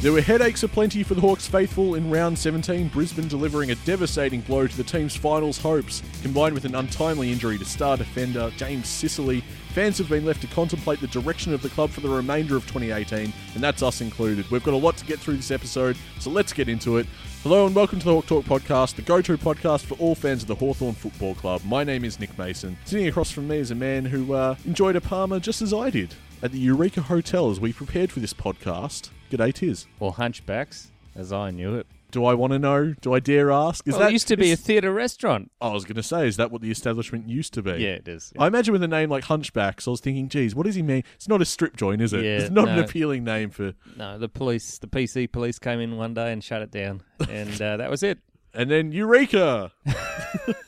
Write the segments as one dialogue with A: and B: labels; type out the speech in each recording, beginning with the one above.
A: There were headaches aplenty for the Hawks faithful in round 17, Brisbane delivering a devastating blow to the team's finals hopes, combined with an untimely injury to star defender James Sicily. Fans have been left to contemplate the direction of the club for the remainder of 2018, and that's us included. We've got a lot to get through this episode, so let's get into it. Hello and welcome to the Hawk Talk podcast, the go-to podcast for all fans of the Hawthorn Football Club. My name is Nick Mason. Sitting across from me is a man who uh, enjoyed a Palmer just as I did at the Eureka Hotel as we prepared for this podcast. G'day, Tiz.
B: Or Hunchbacks, as I knew it.
A: Do I want to know? Do I dare ask? Is
B: Well, it used to be a theatre restaurant.
A: I was going to say, is that what the establishment used to be?
B: Yeah, it is.
A: I imagine with a name like Hunchbacks, I was thinking, geez, what does he mean? It's not a strip joint, is it?
B: Yeah,
A: it's not an
B: no.
A: appealing name for.
B: No, the police, the PC police came in one day and shut it down, and uh, that was it.
A: And then Eureka!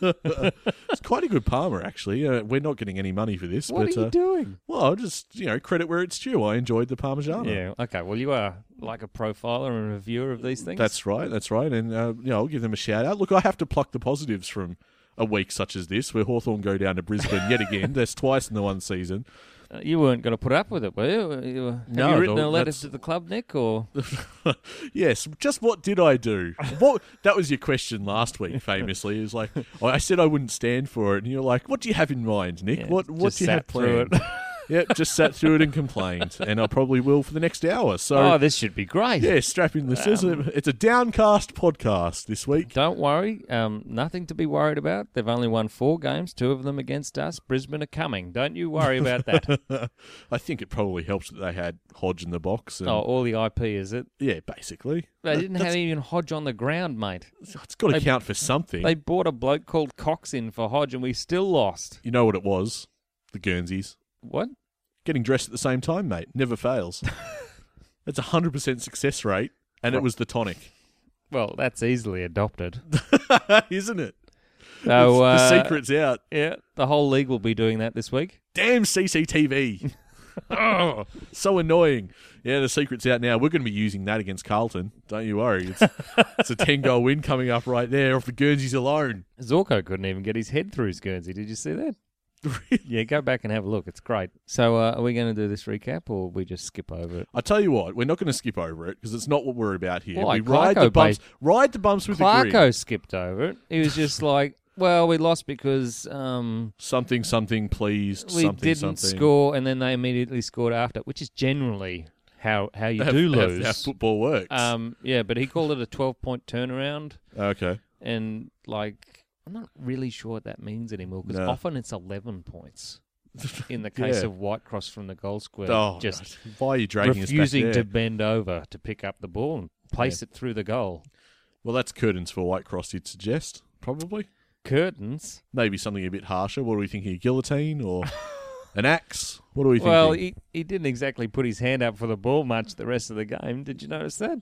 A: it's quite a good Palmer, actually. Uh, we're not getting any money for this.
B: What
A: but,
B: are you
A: uh,
B: doing?
A: Well, I'll just, you know, credit where it's due. I enjoyed the Parmesan.
B: Yeah. Okay. Well, you are like a profiler and reviewer of these things.
A: That's right. That's right. And uh, you know, I'll give them a shout out. Look, I have to pluck the positives from a week such as this, where Hawthorn go down to Brisbane yet again. That's twice in the one season.
B: Uh, you weren't going to put up with it, were you? you were, have
A: No,
B: you written
A: no,
B: a letter
A: that's-
B: to the club, Nick, or
A: yes. Just what did I do? What that was your question last week. Famously, it was like oh, I said I wouldn't stand for it, and you're like, "What do you have in mind, Nick?
B: Yeah,
A: what what
B: just
A: do you have
B: sat through
A: planned?" yep, just sat through it and complained, and I probably will for the next hour. So.
B: oh, um, this should be great.
A: yeah, strap in. This is a, it's a downcast podcast this week.
B: Don't worry. Um, nothing to be worried about. They've only won four games, two of them against us. Brisbane are coming. Don't you worry about that.
A: I think it probably helps that they had Hodge in the box. And,
B: oh, all the IP is it?
A: Yeah, basically.
B: They
A: That-
B: didn't
A: that's-
B: have even Hodge on the ground, mate.
A: It's got to
B: they-
A: count for something.
B: They bought a bloke called Cox in for Hodge, and we still lost.
A: you know what it was? The Guernseys.
B: What?
A: Getting dressed at the same time, mate. Never fails. That's a 100% success rate, and it was the tonic,
B: Well, that's easily adopted.
A: isn't it?
B: So,
A: the
B: uh,
A: secret's out.
B: Yeah, the whole league will be doing that this week.
A: Damn CCTV. oh, so annoying. Yeah, the secret's out now. We're going to be using that against Carlton. Don't you worry. It's, it's a 10 goal win coming up right there off the Guernseys alone.
B: Zorko couldn't even get his head through his Guernsey. Did you see that? Yeah, go back and have a look. It's great. So, uh, are we going to do this recap, or we just skip over it?
A: I tell you what, we're not going to skip over it because it's not what we're about here.
B: Why?
A: we ride the
B: Clarko
A: bumps, ride the bumps with the grid.
B: Clarko skipped over it. He was just like, "Well, we lost because um,
A: Something, something, please.
B: we
A: something,
B: didn't
A: something.
B: score, and then they immediately scored after," which is generally how how you
A: How-
B: do
A: how-
B: lose.
A: How football works.
B: Um, yeah, but he called it a 12 point turnaround,
A: okay.
B: and like, I'm not really sure what that means anymore because
A: No.
B: often it's 11 points in the case
A: Yeah.
B: of White Cross from the goal square,
A: Oh,
B: just
A: God. why are you dragging
B: refusing
A: us
B: to
A: back there?
B: bend over to pick up the ball and place it through the goal.
A: Well, that's curtains for White Cross. You'd suggest probably
B: Curtains.
A: maybe something a bit harsher. What are we thinking? A guillotine or an axe? What are we thinking?
B: Well, he, he didn't exactly put his hand up for the ball much the rest of the game. Did you notice that?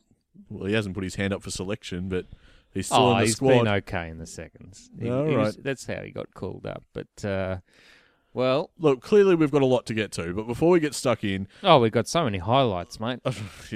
A: Well, he hasn't put his hand up for selection, but he's still
B: Oh,
A: on the
B: he's
A: squad.
B: been okay in the seconds. He-
A: All
B: he was-
A: right.
B: that's how he got called up. But, uh, well,
A: Look, clearly we've got a lot to get to, but before we get stuck in,
B: oh, we've got so many highlights, mate.
A: yeah,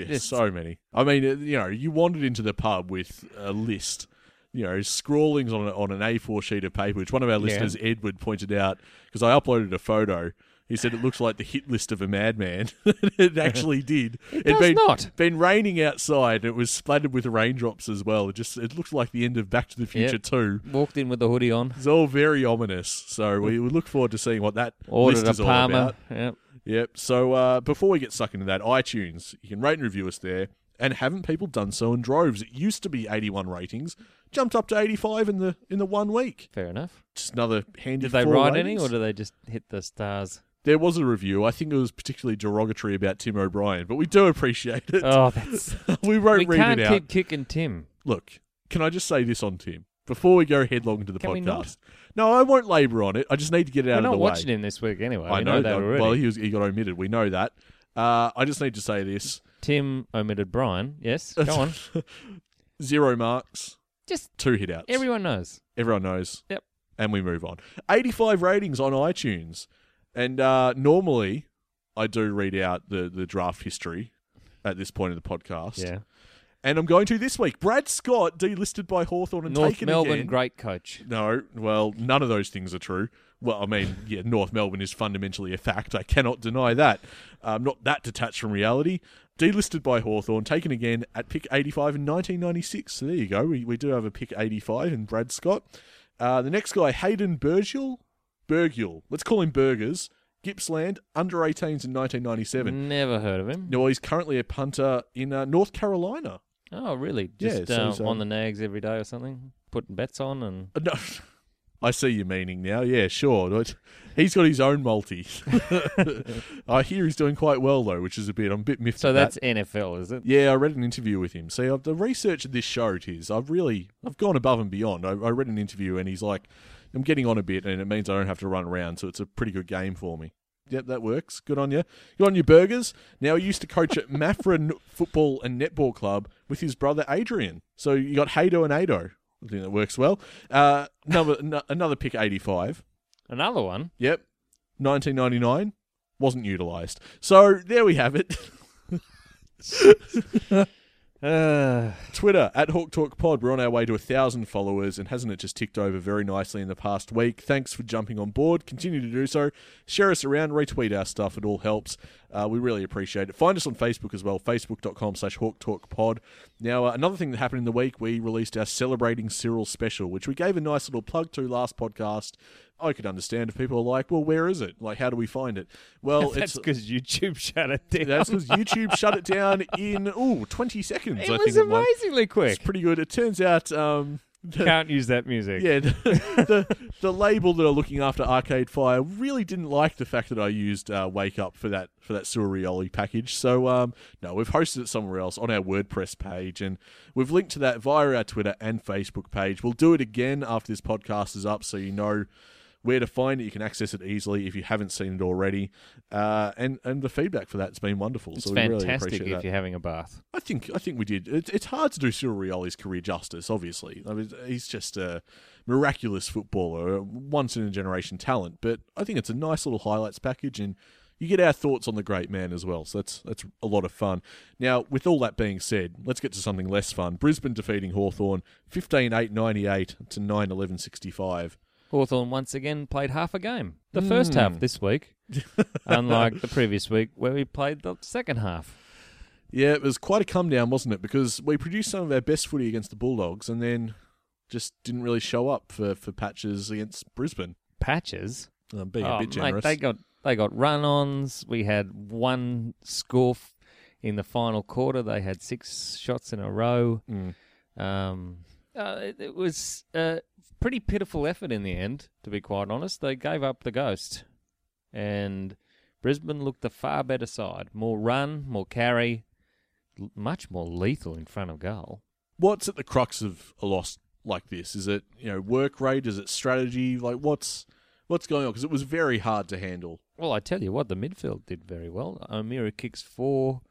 B: Yes.
A: so many. I mean, uh, you know, you wandered into the pub with a list, you know, scrawlings on a, on an A4 sheet of paper, which one of our listeners, Edward, pointed out because I uploaded a photo. He said it looks like the hit list of a madman. it actually did. It
B: does
A: been,
B: not.
A: Been raining outside. It was splattered with raindrops as well. It just it looked like the end of Back to the Future Two.
B: Walked in with the hoodie on.
A: It's all very ominous. So we, we look forward to seeing what that
B: Ordered
A: list
B: a
A: is all about.
B: Palmer. Yep.
A: Yep. So uh, before we get stuck into that, iTunes, you can rate and review us there. And haven't people done so in droves? It used to be 81 ratings, jumped up to 85 in the in the one week.
B: Fair enough.
A: Just another handy.
B: Did they
A: four
B: ride any,
A: ratings.
B: or do they just hit the stars?
A: there was a review. I think it was particularly derogatory about Tim O'Brien, but we do appreciate it.
B: Oh, that's
A: we won't
B: we
A: read
B: can't
A: it out.
B: keep kicking Tim.
A: Look, can I just say this on Tim before we go headlong into the
B: Can
A: podcast?
B: we not?
A: No, I won't labour on it. I just need to get it out
B: We're
A: of the
B: not
A: way.
B: watching him this week anyway.
A: I
B: we know, that
A: though.
B: already.
A: Well, he was he got omitted. We know that. Uh, I just need to say this.
B: Tim omitted Brian. Yes, go on.
A: Zero marks,
B: Just
A: two hit outs.
B: everyone knows.
A: Everyone knows.
B: Yep.
A: And we move on. 85 ratings on iTunes. And uh, normally I do read out the, the draft history at this point of the podcast.
B: Yeah,
A: And I'm going to this week. Brad Scott delisted by Hawthorn and
B: North
A: taken
B: Melbourne
A: again.
B: great coach.
A: No, well, none of those things are true. Well, I mean, yeah, North Melbourne is fundamentally a fact. I cannot deny that. I'm not that detached from reality. Delisted by Hawthorn, taken again at pick 85 in 1996. So there you go. We, we do have a pick 85 in Brad Scott. Uh, the next guy, Hayden Burgill. Burgill. Let's call him Burgers. Gippsland, under 18s in 1997.
B: Never heard of him.
A: No, he's currently a punter in uh, North Carolina.
B: Oh, really?
A: Yeah,
B: Just
A: so
B: uh,
A: he's, um,
B: on the nags every day or something, putting bets on and
A: Uh, No, I see your meaning now. Yeah, sure. No, it's- He's got his own multi. I hear he's doing quite well though, which is a bit. I'm a bit miffed.
B: so
A: at that.
B: that's NFL, is it?
A: Yeah, I read an interview with him. See, I've, the research of this show, Tiz, I've really, I've gone above and beyond. I, I read an interview and he's like, I'm getting on a bit and it means I don't have to run around, so it's a pretty good game for me. Yep, that works. Good on you. Good on your burgers. Now, he used to coach at Mafra Football and Netball Club with his brother Adrian. So you got Hado and Ado. I think that works well. Uh, number, n- another pick 85.
B: Another one.
A: Yep. 1999. Wasn't utilised. So there we have it.
B: Uh,
A: Twitter at Hawk Talk Pod. We're on our way to a thousand followers, and hasn't it just ticked over very nicely in the past week? Thanks for jumping on board. Continue to do so. Share us around, retweet our stuff. It all helps. Uh, we really appreciate it. Find us on Facebook as well, facebook.com/slash Hawk Talk Pod. Now, uh, another thing that happened in the week, we released our celebrating Cyril special, which we gave a nice little plug to last podcast. I could understand if people are like, "Well, where is it? Like, how do we find it?" Well,
B: that's
A: it's
B: because YouTube shut it down.
A: that's because YouTube shut it down in ooh 20 seconds.
B: it
A: I
B: was
A: think it might.
B: amazingly quick.
A: It's pretty good. It turns out, um,
B: Can't use that music.
A: yeah, the, the the label that are looking after Arcade Fire really didn't like the fact that I used uh, Wake Up for that for that Surreoli package. So um, no, we've hosted it somewhere else on our WordPress page, and we've linked to that via our Twitter and Facebook page. We'll do it again after this podcast is up, so you know. Where to find it? You can access it easily if you haven't seen it already, uh, and and the feedback for that's been wonderful.
B: It's
A: so we really
B: fantastic
A: appreciate
B: if
A: that.
B: you're having a bath.
A: I think I think we did. It, it's hard to do Cyril Rioli's career justice. Obviously, I mean, he's just a miraculous footballer, a once in a generation talent. But I think it's a nice little highlights package, and you get our thoughts on the great man as well. So that's that's a lot of fun. Now, with all that being said, let's get to something less fun. Brisbane defeating Hawthorn, 15-8-98 to 9-11-65.
B: Hawthorn once again played half a game. The first half this week, unlike the previous week where we played the second half.
A: Yeah, it was quite a come down, wasn't it? Because we produced some of our best footy against the Bulldogs, and then just didn't really show up for, for patches against Brisbane.
B: Patches.
A: I'm uh, being
B: Oh,
A: a bit
B: mate,
A: generous.
B: they got they got run ons. We had one score f- in the final quarter. They had six shots in a row.
A: Mm.
B: Um, uh, it, it was a pretty pitiful effort in the end, to be quite honest. They gave up the ghost, and Brisbane looked the far better side. More run, more carry, l- much more lethal in front of goal.
A: What's at the crux of a loss like this? Is it you know work rate? Is it strategy? Like what's what's going on? Because it was very hard to handle.
B: Well, I tell you what, the midfield did very well. Omira kicks four.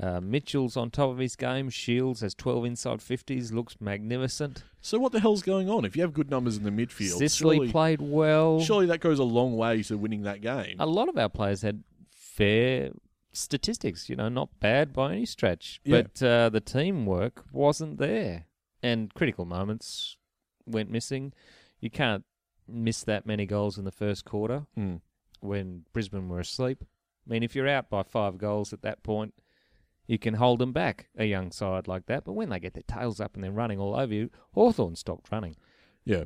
B: Uh, Mitchell's on top of his game. Shields has 12 inside 50s, looks magnificent.
A: So what the hell's going on? If you have good numbers in the midfield,
B: Sicily
A: surely,
B: played well.
A: surely that goes a long way to winning that game.
B: A lot of our players had fair statistics, you know, not bad by any stretch.
A: Yeah.
B: But uh, the teamwork wasn't there. And critical moments went missing. You can't miss that many goals in the first quarter.
A: Mm.
B: when Brisbane were asleep. I mean, if you're out by five goals at that point, you can hold them back, a young side like that. But when they get their tails up and they're running all over you, Hawthorn stopped running.
A: Yeah.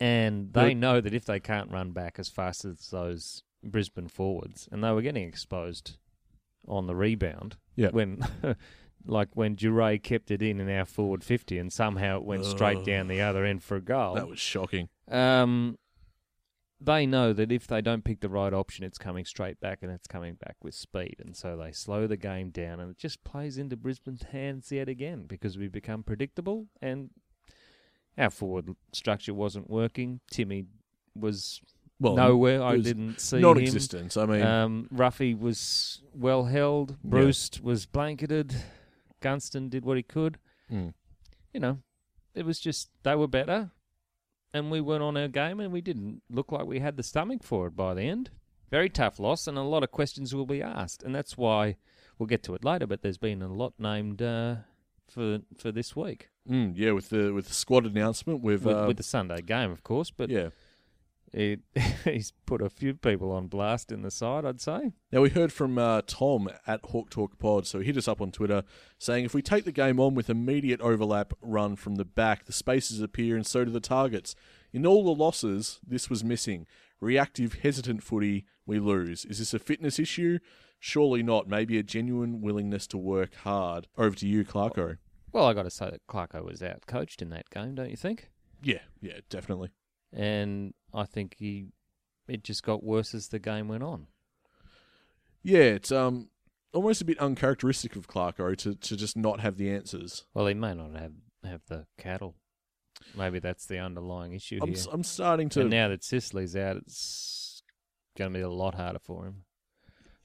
B: And they
A: But-
B: know that if they can't run back as fast as those Brisbane forwards, and they were getting exposed on the rebound.
A: Yeah.
B: When, like, when Duray kept it in in our forward 50 and somehow it went straight
A: Ugh.
B: down the other end for a goal
A: That was shocking.
B: um, they know that if they don't pick the right option, it's coming straight back and it's coming back with speed. And so they slow the game down and it just plays into Brisbane's hands yet again because we become predictable and our forward structure wasn't working. Timmy was
A: Well,
B: nowhere. I
A: was
B: didn't see him.
A: non-existent. I mean,
B: Um, Ruffy was well held. Bruce was blanketed. Gunston did what he could.
A: Mm.
B: You know, it was just they were better, and we weren't on our game, and we didn't look like we had the stomach for it by the end. Very tough loss, and a lot of questions will be asked, and that's why we'll get to it later. But there's been a lot named uh, for for this week
A: Mm, yeah, with the with the squad announcement, we've
B: with,
A: uh,
B: with the Sunday game, of course. But
A: yeah.
B: he, he's put a few people on blast in the side, I'd say.
A: Now we heard from uh, Tom at Hawk Talk Pod, so he hit us up on Twitter saying if we take the game on with immediate overlap run from the back, the spaces appear and so do the targets. In all the losses, this was missing. Reactive, hesitant footy, we lose. Is this a fitness issue? Surely not. Maybe a genuine willingness to work hard. Over to you, Clarko.
B: Well, I got to say that Clarko was out coached in that game, don't you think?
A: Yeah, yeah, definitely.
B: And I think he it just got worse as the game went on.
A: Yeah, it's um almost a bit uncharacteristic of Clarko to, to just not have the answers.
B: Well, he may not have have the cattle. Maybe that's the underlying issue
A: I'm,
B: here.
A: s- I'm starting to
B: and now that Sicily's out, it's going to be a lot harder for him.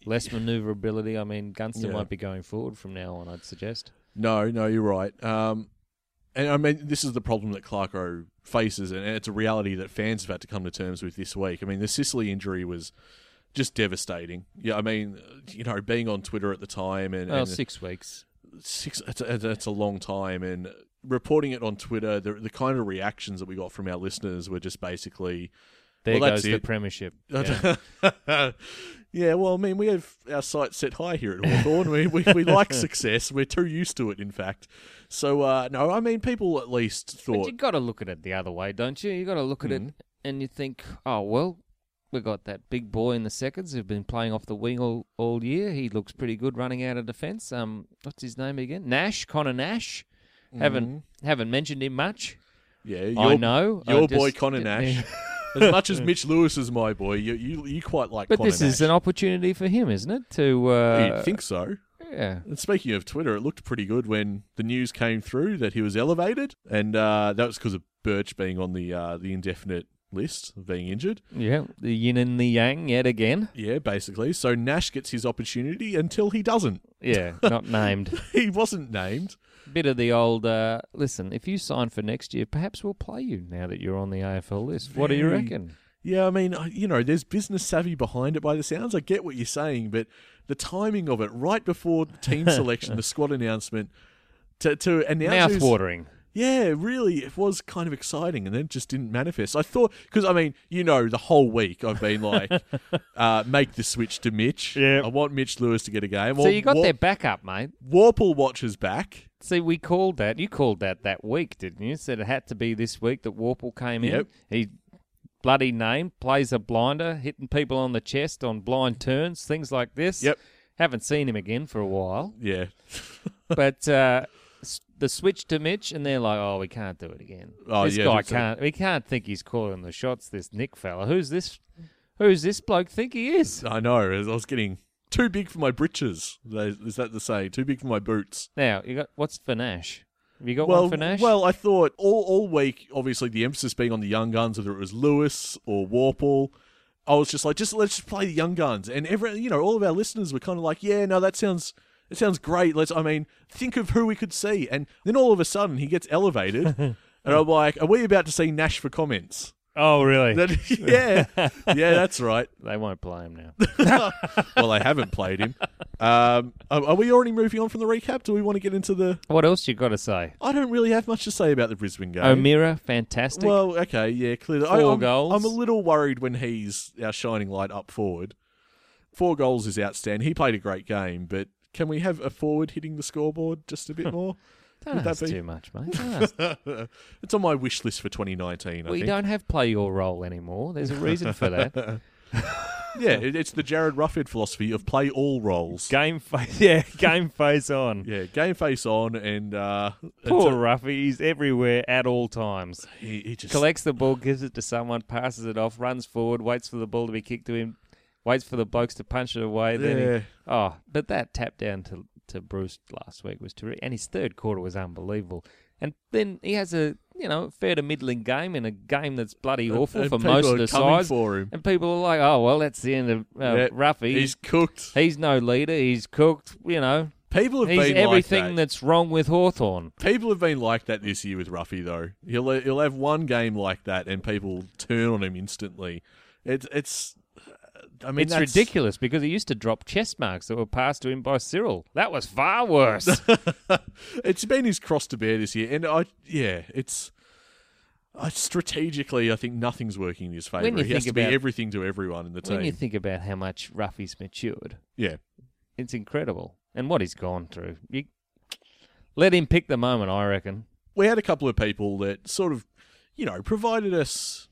B: Less manoeuvrability. I mean, Gunston
A: Yeah.
B: might be going forward from now on. I'd suggest.
A: No, no, you're right. Um, and I mean, this is the problem that Clarko faces, and it's a reality that fans have had to come to terms with this week. I mean, the Sicily injury was just devastating. Yeah, I mean, you know, being on Twitter at the time and,
B: Well,
A: and
B: six weeks.
A: six, it's, a, it's a long time, and reporting it on Twitter, the, the kind of reactions that we got from our listeners were just basically.
B: There
A: well,
B: goes
A: that's
B: the
A: it.
B: premiership. Yeah.
A: Yeah. well, I mean, we have our sights set high here at Hawthorn. we, we, we like success. We're too used to it, in fact. So, uh, no, I mean, people at least
B: But
A: thought,
B: you got to look at it the other way, don't you? You got to look at
A: Mhm.
B: it and you think, oh well, we got that big boy in the seconds who've been playing off the wing all, all year. He looks pretty good running out of defence. Um, what's his name again? Nash, Connor Nash. Haven't haven't mentioned him much.
A: mm, yeah, Hmm. your,
B: I know I
A: your boy
B: just-
A: Connor Nash. as much as Mitch Lewis is my boy, you you, you quite like
B: But
A: Connor
B: this is
A: Nash.
B: an opportunity for him, isn't it? To uh,
A: You'd think so.
B: yeah.
A: And speaking of Twitter, it looked pretty good when the news came through that he was elevated, and uh, that was because of Birch being on the uh, the indefinite list of being injured.
B: Yeah, the yin and the yang yet again.
A: Yeah, basically. So Nash gets his opportunity until he doesn't.
B: Yeah, not named.
A: He wasn't named.
B: Bit of the old, uh, listen, if you sign for next year, perhaps we'll play you now that you're on the AFL list. What do you
A: Very-
B: reckon?
A: Yeah, I mean, I- you know, there's business savvy behind it by the sounds. I get what you're saying, but the timing of it right before the team selection, the squad announcement, to, to announce.
B: Mouth
A: who's-
B: watering.
A: Yeah, really, it was kind of exciting, and then it just didn't manifest. I thought, because I mean, you know, the whole week I've been like, uh, make the switch to Mitch.
B: Yeah.
A: I want Mitch Lewis to get a game.
B: So you got their backup, mate.
A: Warple watches back.
B: See, we called that. You called that that week, didn't you? Said it had to be this week that Warple came in.
A: Yep.
B: He bloody name plays a blinder, hitting people on the chest on blind turns, things like this.
A: Yep.
B: Haven't seen him again for a while.
A: Yeah.
B: but uh, s- the switch to Mitch, and they're like, "Oh, we can't do it again.
A: Oh,
B: this
A: yeah,
B: guy
A: that's it.
B: can't. We can't think he's calling the shots. This Nick fella. Who's this? Who's this bloke think he is?"
A: I know. I was getting too big for my britches. Is that the saying? Too big for my boots.
B: Now you got what's for Nash? Have you got
A: Well,
B: one for Nash?
A: well, I thought all all week. Obviously, the emphasis being on the young guns, whether it was Lewis or Warple. I was just like, just let's just play the young guns, and every you know, all of our listeners were kind of like, yeah, no, that sounds. It sounds great. Let's, I mean, think of who we could see. And then all of a sudden he gets elevated. and I'm like, are we about to see Nash for comments?
B: oh really?
A: That, yeah. Yeah, that's right.
B: they won't play him now.
A: well, I haven't played him. Um, are, are we already moving on from the recap? Do we want to get into the?
B: what else you got to say?
A: I don't really have much to say about the Brisbane game.
B: O'Meara, fantastic.
A: well, okay, yeah, clearly. I,
B: Four
A: I'm,
B: goals.
A: I'm a little worried when he's our shining light up forward. Four goals is outstanding. He played a great game, but can we have a forward hitting the scoreboard just a bit more?
B: Don't
A: would that
B: ask
A: be-
B: too much, mate. Don't ask.
A: it's on my wish list for 2019. I
B: we
A: think.
B: don't have play your role anymore. There's a reason for that.
A: Yeah, it- it's the Jared Ruffhead philosophy of play all roles.
B: game face, yeah, game face on.
A: yeah, game face on, and uh,
B: Poor Ruffy, he's everywhere at all times.
A: he, he just
B: collects the ball, gives it to someone, passes it off, runs forward, waits for the ball to be kicked to him, waits for the blokes to punch it away. Then
A: Yeah.
B: he, oh, but that tap down to to Bruce last week was terrific, and his third quarter was unbelievable. And then he has a you know fair to middling game in a game that's bloody awful
A: and
B: for
A: people
B: most
A: are
B: of the
A: coming
B: sides,
A: for him.
B: and people are like, oh well, that's the end of uh,
A: Yeah,
B: Ruffy.
A: He's
B: He's,
A: cooked.
B: he's no leader. He's cooked. You know,
A: People have
B: he's
A: been
B: everything
A: like that.
B: that's wrong with Hawthorn.
A: People have been like that this year with Ruffy though. He'll he'll have one game like that and people turn on him instantly. It's it's I mean,
B: it's
A: that's-
B: ridiculous because he used to drop chest marks that were passed to him by Cyril. That was far worse.
A: it's been his cross to bear this year, and I yeah, it's I strategically I think nothing's working in his favour.
B: When you
A: He has
B: think
A: to be
B: about-
A: everything to everyone in the
B: when
A: team.
B: you think about how much Ruffy's matured,
A: yeah,
B: it's incredible. And what he's gone through. You, let him pick the moment, I reckon.
A: we had a couple of people that sort of you know provided us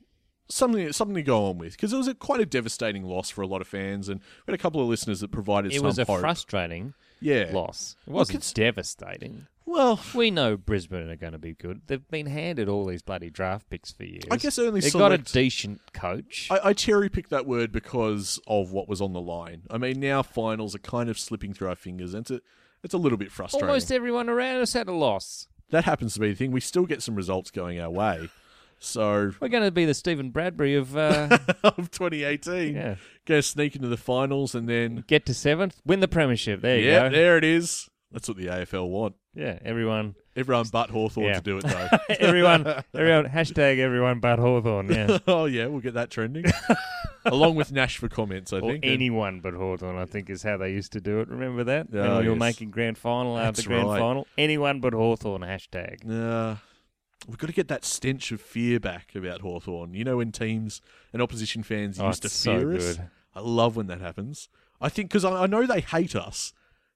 A: something something to go on with because it was a, quite a devastating loss for a lot of fans, and we had a couple of listeners that provided
B: it
A: some
B: was a
A: hope.
B: frustrating
A: yeah,
B: loss. It wasn't
A: it's-
B: devastating.
A: well,
B: We know Brisbane are going to be good. They've been handed all these bloody draft picks for years.
A: I guess only
B: they've
A: select-
B: got a decent coach.
A: I, I cherry picked that word because of what was on the line. I mean, now finals are kind of slipping through our fingers, and it's a, it's a little bit frustrating.
B: Almost everyone around us had a loss.
A: that happens to be the thing. We still get some results going our way. So
B: We're going to be the Stephen Bradbury of uh,
A: of 2018,
B: yeah.
A: going to sneak into the finals and then
B: get to seventh, win the premiership. There you
A: yeah,
B: go.
A: there it is. That's what the AFL want.
B: Yeah, everyone,
A: Everyone but Hawthorn
B: Yeah.
A: to do it though.
B: everyone, everyone. Hashtag everyone but Hawthorn. Yeah,
A: oh yeah, we'll get that trending along with Nash for comments. I
B: or
A: think
B: anyone but Hawthorn. I think is how they used to do it. Remember that when
A: Oh,
B: we were
A: yes.
B: making grand final after
A: That's
B: grand
A: right.
B: final. Anyone but Hawthorn. Hashtag.
A: Nah. We've got to get that stench of fear back about Hawthorn. You know when teams and opposition fans
B: Oh,
A: used to
B: it's so
A: fear us?
B: good.
A: I love when that happens. I think because I, I know they hate us.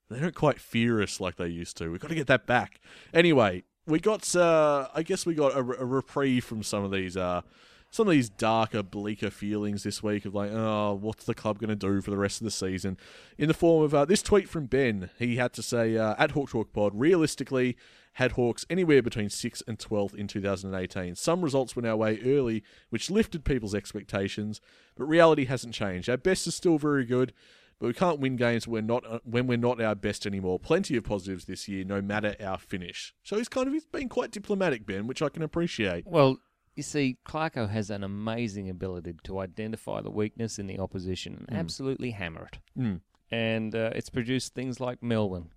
A: They don't quite fear us like they used to. We've got to get that back. Anyway, we got, uh, I guess we got a, re- a reprieve from some of these, uh, some of these darker, bleaker feelings this week of like, oh, what's the club going to do for the rest of the season? In the form of uh, this tweet from Ben, he had to say uh, at Hawk Talk Pod, realistically, had Hawks anywhere between 6th and 12th in 2018. Some results went our way early, which lifted people's expectations, but reality hasn't changed. Our best is still very good, but we can't win games when not uh, when we're not our best anymore. Plenty of positives this year, no matter our finish. So he's kind of he's been quite diplomatic, Ben, which I can appreciate.
B: Well, you see, Clarko has an amazing ability to identify the weakness in the opposition
A: Hmm.
B: and absolutely hammer it.
A: Mm.
B: And uh, it's produced things like Melbourne,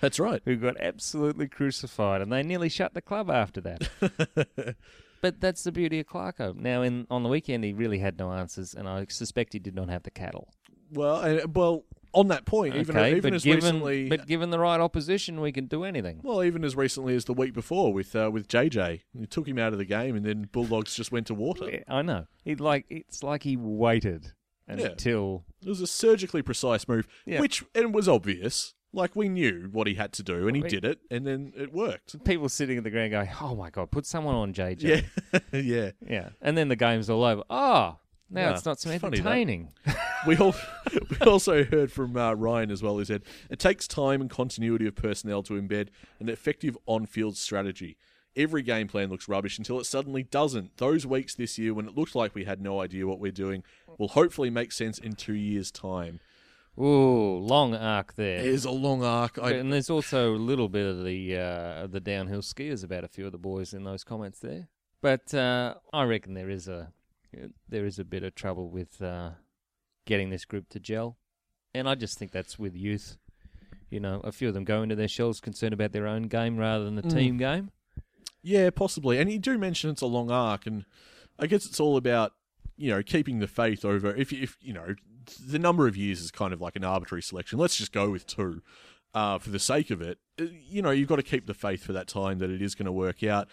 A: That's right.
B: who got absolutely crucified, and they nearly shut the club after that. but that's the beauty of Clarko. Now, in on the weekend, he really had no answers, and I suspect he did not have the cattle.
A: Well, uh, well, on that point, even
B: okay,
A: even
B: but
A: as
B: given
A: recently,
B: but given the right opposition, we can do anything.
A: well, even as recently as the week before with uh, with JJ, you took him out of the game, and then Bulldogs just went to water.
B: Yeah, I know. He like it's like he waited
A: Yeah.
B: until
A: It was a surgically precise move,
B: Yeah.
A: which and was obvious. Like we knew what he had to do, and he
B: We-
A: did it, and then it worked.
B: people sitting at the ground going, "Oh my god, put someone on JJ."
A: Yeah, yeah.
B: Yeah. And then the game's all over. Ah, now
A: Yeah.
B: it's not so
A: It's funny that.
B: entertaining.
A: We all we also heard from uh, Ryan as well. He said it takes time and continuity of personnel to embed an effective on-field strategy. Every game plan looks rubbish until it suddenly doesn't. Those weeks this year when it looked like we had no idea what we're doing will hopefully make sense in two years' time.
B: Ooh, long arc there.
A: There's a long arc. I,
B: and there's also a little bit of the uh, the downhill skiers about a few of the boys in those comments there. But uh, I reckon there is a there is a bit of trouble with uh, getting this group to gel, and I just think that's with youth. You know, a few of them go into their shells concerned about their own game rather than the
A: Mm.
B: team game.
A: Yeah, possibly. And you do mention it's a long arc, and I guess it's all about you know keeping the faith over. If if you know the number of years is kind of like an arbitrary selection. Let's just go with two. Uh, for the sake of it, Uh, you know, you've got to keep the faith for that time that it is going to work out.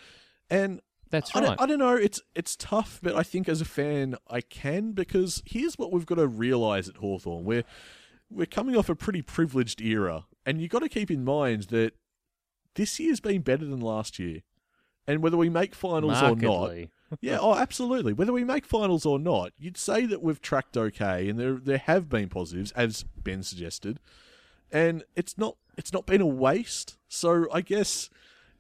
A: And
B: That's
A: I
B: right.
A: don't, I don't know. It's it's tough, but I think as a fan, I can because here's what we've got to realise at Hawthorn: We're we're coming off a pretty privileged era, and you've got to keep in mind that this year's been better than last year. And whether we make finals or not,
B: Markedly.
A: yeah, oh, absolutely. Whether we make finals or not, you'd say that we've tracked okay, and there there have been positives, as Ben suggested, and it's not it's not been a waste. So I guess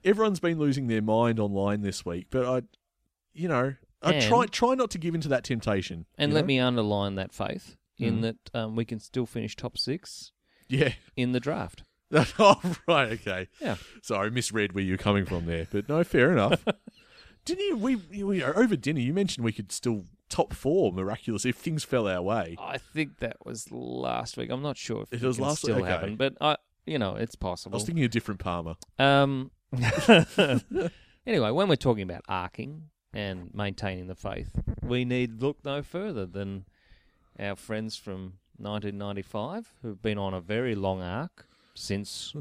A: everyone's been losing their mind online this week, but I, you know, I
B: And-
A: try try not to give into that temptation.
B: And
A: you
B: let
A: know?
B: me underline that faith in
A: Mm.
B: that um, we can still finish top six
A: yeah.
B: in the draft.
A: oh right, okay.
B: Yeah.
A: Sorry, misread where you're coming from there, but no, fair enough. Didn't you? We, we over dinner. You mentioned we could still top four miraculous if things fell our way.
B: I think that was last week. I'm not sure if
A: It
B: it,
A: was
B: can
A: last week?
B: still
A: Okay.
B: happen, but I, you know, it's
A: I
B: possible.
A: was thinking of different Palmer.
B: um, anyway, when we're talking about arcing and maintaining the faith, we need look no further than our friends from 1995 who've been on a very long arc since,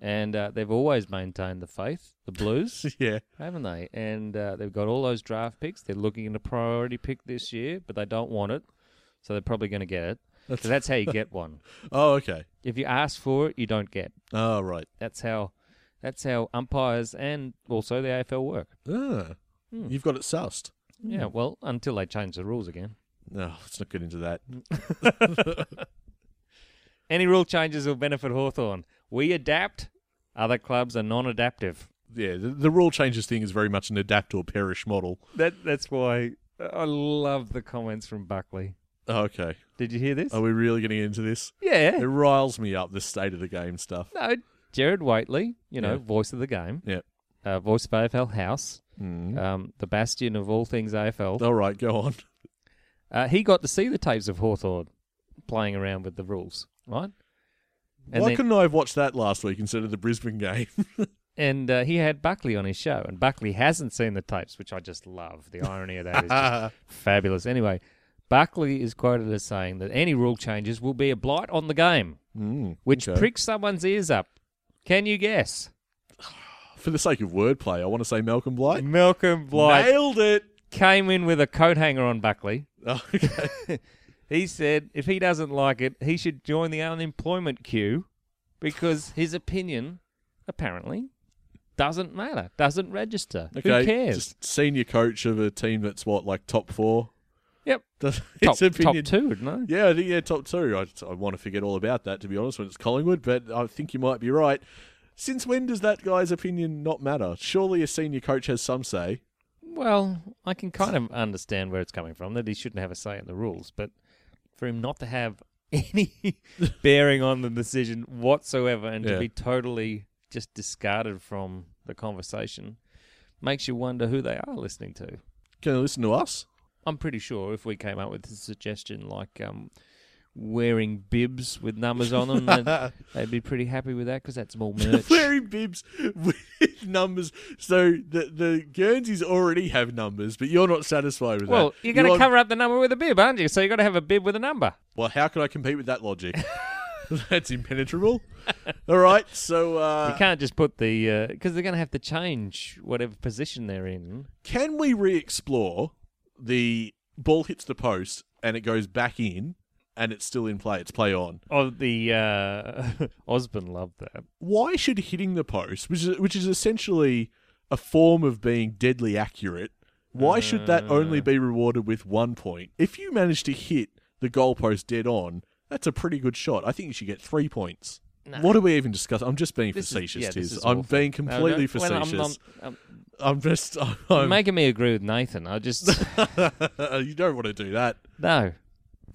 B: and uh, they've always maintained the faith, the Blues,
A: yeah.
B: haven't they? And uh, they've got all those draft picks. They're looking at a priority pick this year, but they don't want it, so they're probably going to get it.
A: That's-
B: So that's how you get one.
A: Oh, okay.
B: If you ask for it, you don't get.
A: Oh, right.
B: That's how. That's how umpires and also the AFL work.
A: Ah,
B: Hmm.
A: You've got it sussed.
B: Yeah, well, until they change the rules again.
A: No, let's not get into that.
B: Any rule changes will benefit Hawthorn. We adapt. Other clubs are non-adaptive.
A: Yeah, the, the rule changes thing is very much an adapt or perish model.
B: That that's why uh, I love the comments from Buckley.
A: Oh, okay.
B: Did you hear this?
A: Are we really getting into this? It
B: Oh, yeah.
A: riles me up, this state of the game stuff.
B: No, Jared Waitley, you know,
A: Yeah.
B: voice of the game,
A: Yeah.
B: uh, voice of AFL House,
A: Mm.
B: um, the bastion of all things AFL.
A: All right, go on.
B: Uh, he got to see the tapes of Hawthorn playing around with the rules, right? And
A: Why
B: then-
A: couldn't I have watched that last week instead of the Brisbane game?
B: and uh, he had Buckley on his show, and Buckley hasn't seen the tapes, which I just love. The irony of that is just fabulous. Anyway, Buckley is quoted as saying that any rule changes will be a blight on the game,
A: Mm,
B: which
A: okay.
B: pricks someone's ears up. Can you guess?
A: For the sake of wordplay, I want to say Malcolm Blight.
B: Malcolm Blight
A: Nailed it.
B: came in with a coat hanger on Buckley.
A: Oh, okay.
B: He said if he doesn't like it, he should join the unemployment queue because his opinion, apparently, doesn't matter, doesn't register.
A: okay.
B: Who cares?
A: Just senior coach of a team that's what, like top four?
B: Yep.
A: Does-
B: top,
A: his opinion-
B: top two, no?
A: Yeah, I think, yeah, top two. I, I want to forget all about that, to be honest, when it's Collingwood, but I think you might be right. Since when does that guy's opinion not matter? Surely a senior coach has some say.
B: Well, I can kind of understand where it's coming from that he shouldn't have a say in the rules, but for him not to have any bearing on the decision whatsoever and
A: Yeah.
B: to be totally just discarded from the conversation makes you wonder who they are listening to.
A: Can they listen to us?
B: I'm pretty sure if we came up with a suggestion like um, wearing bibs with numbers on them, then they'd be pretty happy with that because that's more merch.
A: Wearing bibs with numbers. So the the Guernseys already have numbers, but you're not satisfied with
B: well,
A: that.
B: you're
A: You
B: going to
A: want-
B: cover up the number with a bib, aren't you? So you've got to have a bib with a number.
A: Well, how can I compete with that logic? That's impenetrable. All right, so uh,
B: You can't just put the because they're going to have to change whatever position they're in.
A: Can we re-explore the ball hits the post and it goes back in and it's still in play? It's play on.
B: Oh, the uh, Osborne loved that.
A: Why should hitting the post, which is which is essentially a form of being deadly accurate, why should that
B: Uh.
A: only be rewarded with one point? If you manage to hit the goalpost dead on, that's a pretty good shot. I think you should get three points. What are we even discussing? I'm just being
B: This is-
A: facetious,
B: yeah, this
A: Tiz.
B: is
A: I'm
B: awful.
A: being
B: No,
A: completely
B: no, well, I'm-
A: facetious. Um,
B: I'm-
A: I'm just. I'm,
B: I'm making me agree with Nathan. I just
A: you don't want to do that.
B: no,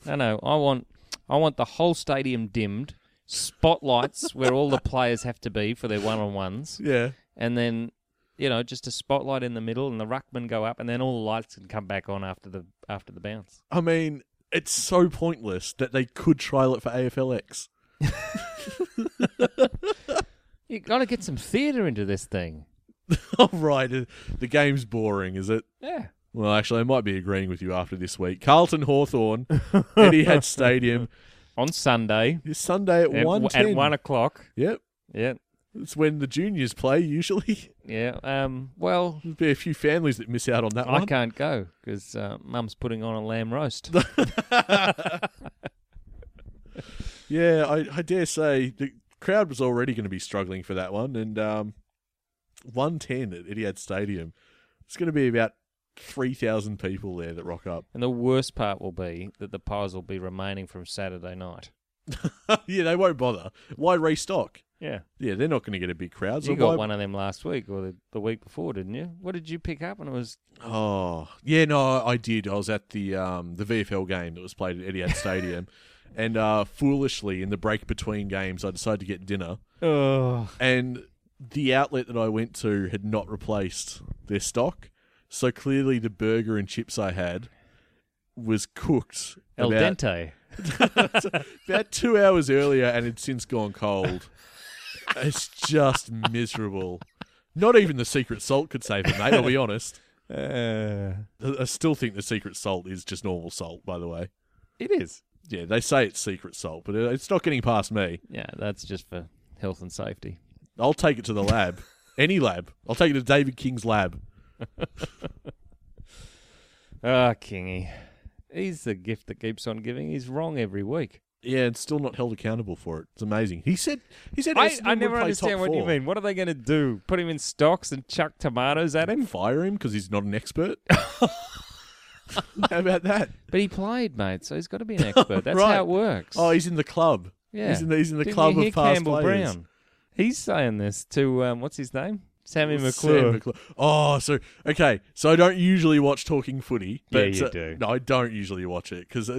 B: no, no. I want I want the whole stadium dimmed, spotlights where all the players have to be for their one on ones,
A: Yeah.
B: and then you know just a spotlight in the middle, and the ruckman go up, and then all the lights can come back on after the after the bounce.
A: I mean, it's so pointless that they could trial it for AFLX.
B: You got to get some theatre into this thing.
A: All right, uh, the game's boring, is it?
B: Yeah.
A: Well, actually, I might be agreeing with you after this week. Carlton Hawthorn, Etihad Stadium,
B: on Sunday
A: this Sunday at
B: at,
A: one
B: at one o'clock.
A: Yep,
B: Yeah,
A: it's when the juniors play. Usually,
B: yeah. Um, well,
A: there'll be a few families that miss out on that
B: I
A: one.
B: can't go because uh, Mum's putting on a lamb roast.
A: Yeah, I, I dare say the crowd was already going to be struggling for that one, and um, one ten at Etihad Stadium, it's going to be about three thousand people there that rock up.
B: and the worst part will be that the pies will be remaining from Saturday night.
A: yeah, they won't bother. Why restock?
B: Yeah,
A: Yeah, they're not going to get a big crowd. So
B: you got
A: why...
B: one of them last week or the, the week before, didn't you? What did you pick up? And it was
A: Oh, yeah, no, I did. I was at the um, the VFL game that was played at Etihad Stadium, and uh, foolishly in the break between games, I decided to get dinner,
B: oh,
A: and the outlet that I went to had not replaced their stock, so clearly the burger and chips I had was cooked
B: el
A: about,
B: dente.
A: about two hours earlier and had since gone cold. it's just miserable. Not even the secret salt could save it, mate. I'll be
B: Uh,
A: honest. I I still think the secret salt is just normal salt, by the way.
B: It is.
A: Yeah, they say it's secret salt, but it- it's not getting past me.
B: Yeah, that's just for health and safety.
A: I'll take it to the lab, any lab. I'll take it to David King's lab.
B: Ah, Kingy. He's the gift that keeps on giving. He's wrong every week.
A: Yeah, and still not held accountable for it. It's amazing. He said he said
B: I,
A: Essendon
B: I
A: would
B: never
A: play
B: understand
A: top
B: what you
A: four.
B: mean. What are they going to do? Put him in stocks and chuck tomatoes at him?
A: Fire him because he's not an expert. How about that?
B: But he played, mate, so he's got to be an expert. That's
A: Right.
B: how it works.
A: Oh, he's in the club.
B: yeah.
A: He's in the, he's in the
B: Didn't
A: club
B: you hear
A: of past
B: Campbell
A: players.
B: Brown? He's saying this to, um, what's his name? Sammy McClure.
A: Sam McClure. Oh, so okay. So I don't usually watch Talking Footy. But,
B: Yeah, you
A: uh,
B: do.
A: No, I don't usually watch it because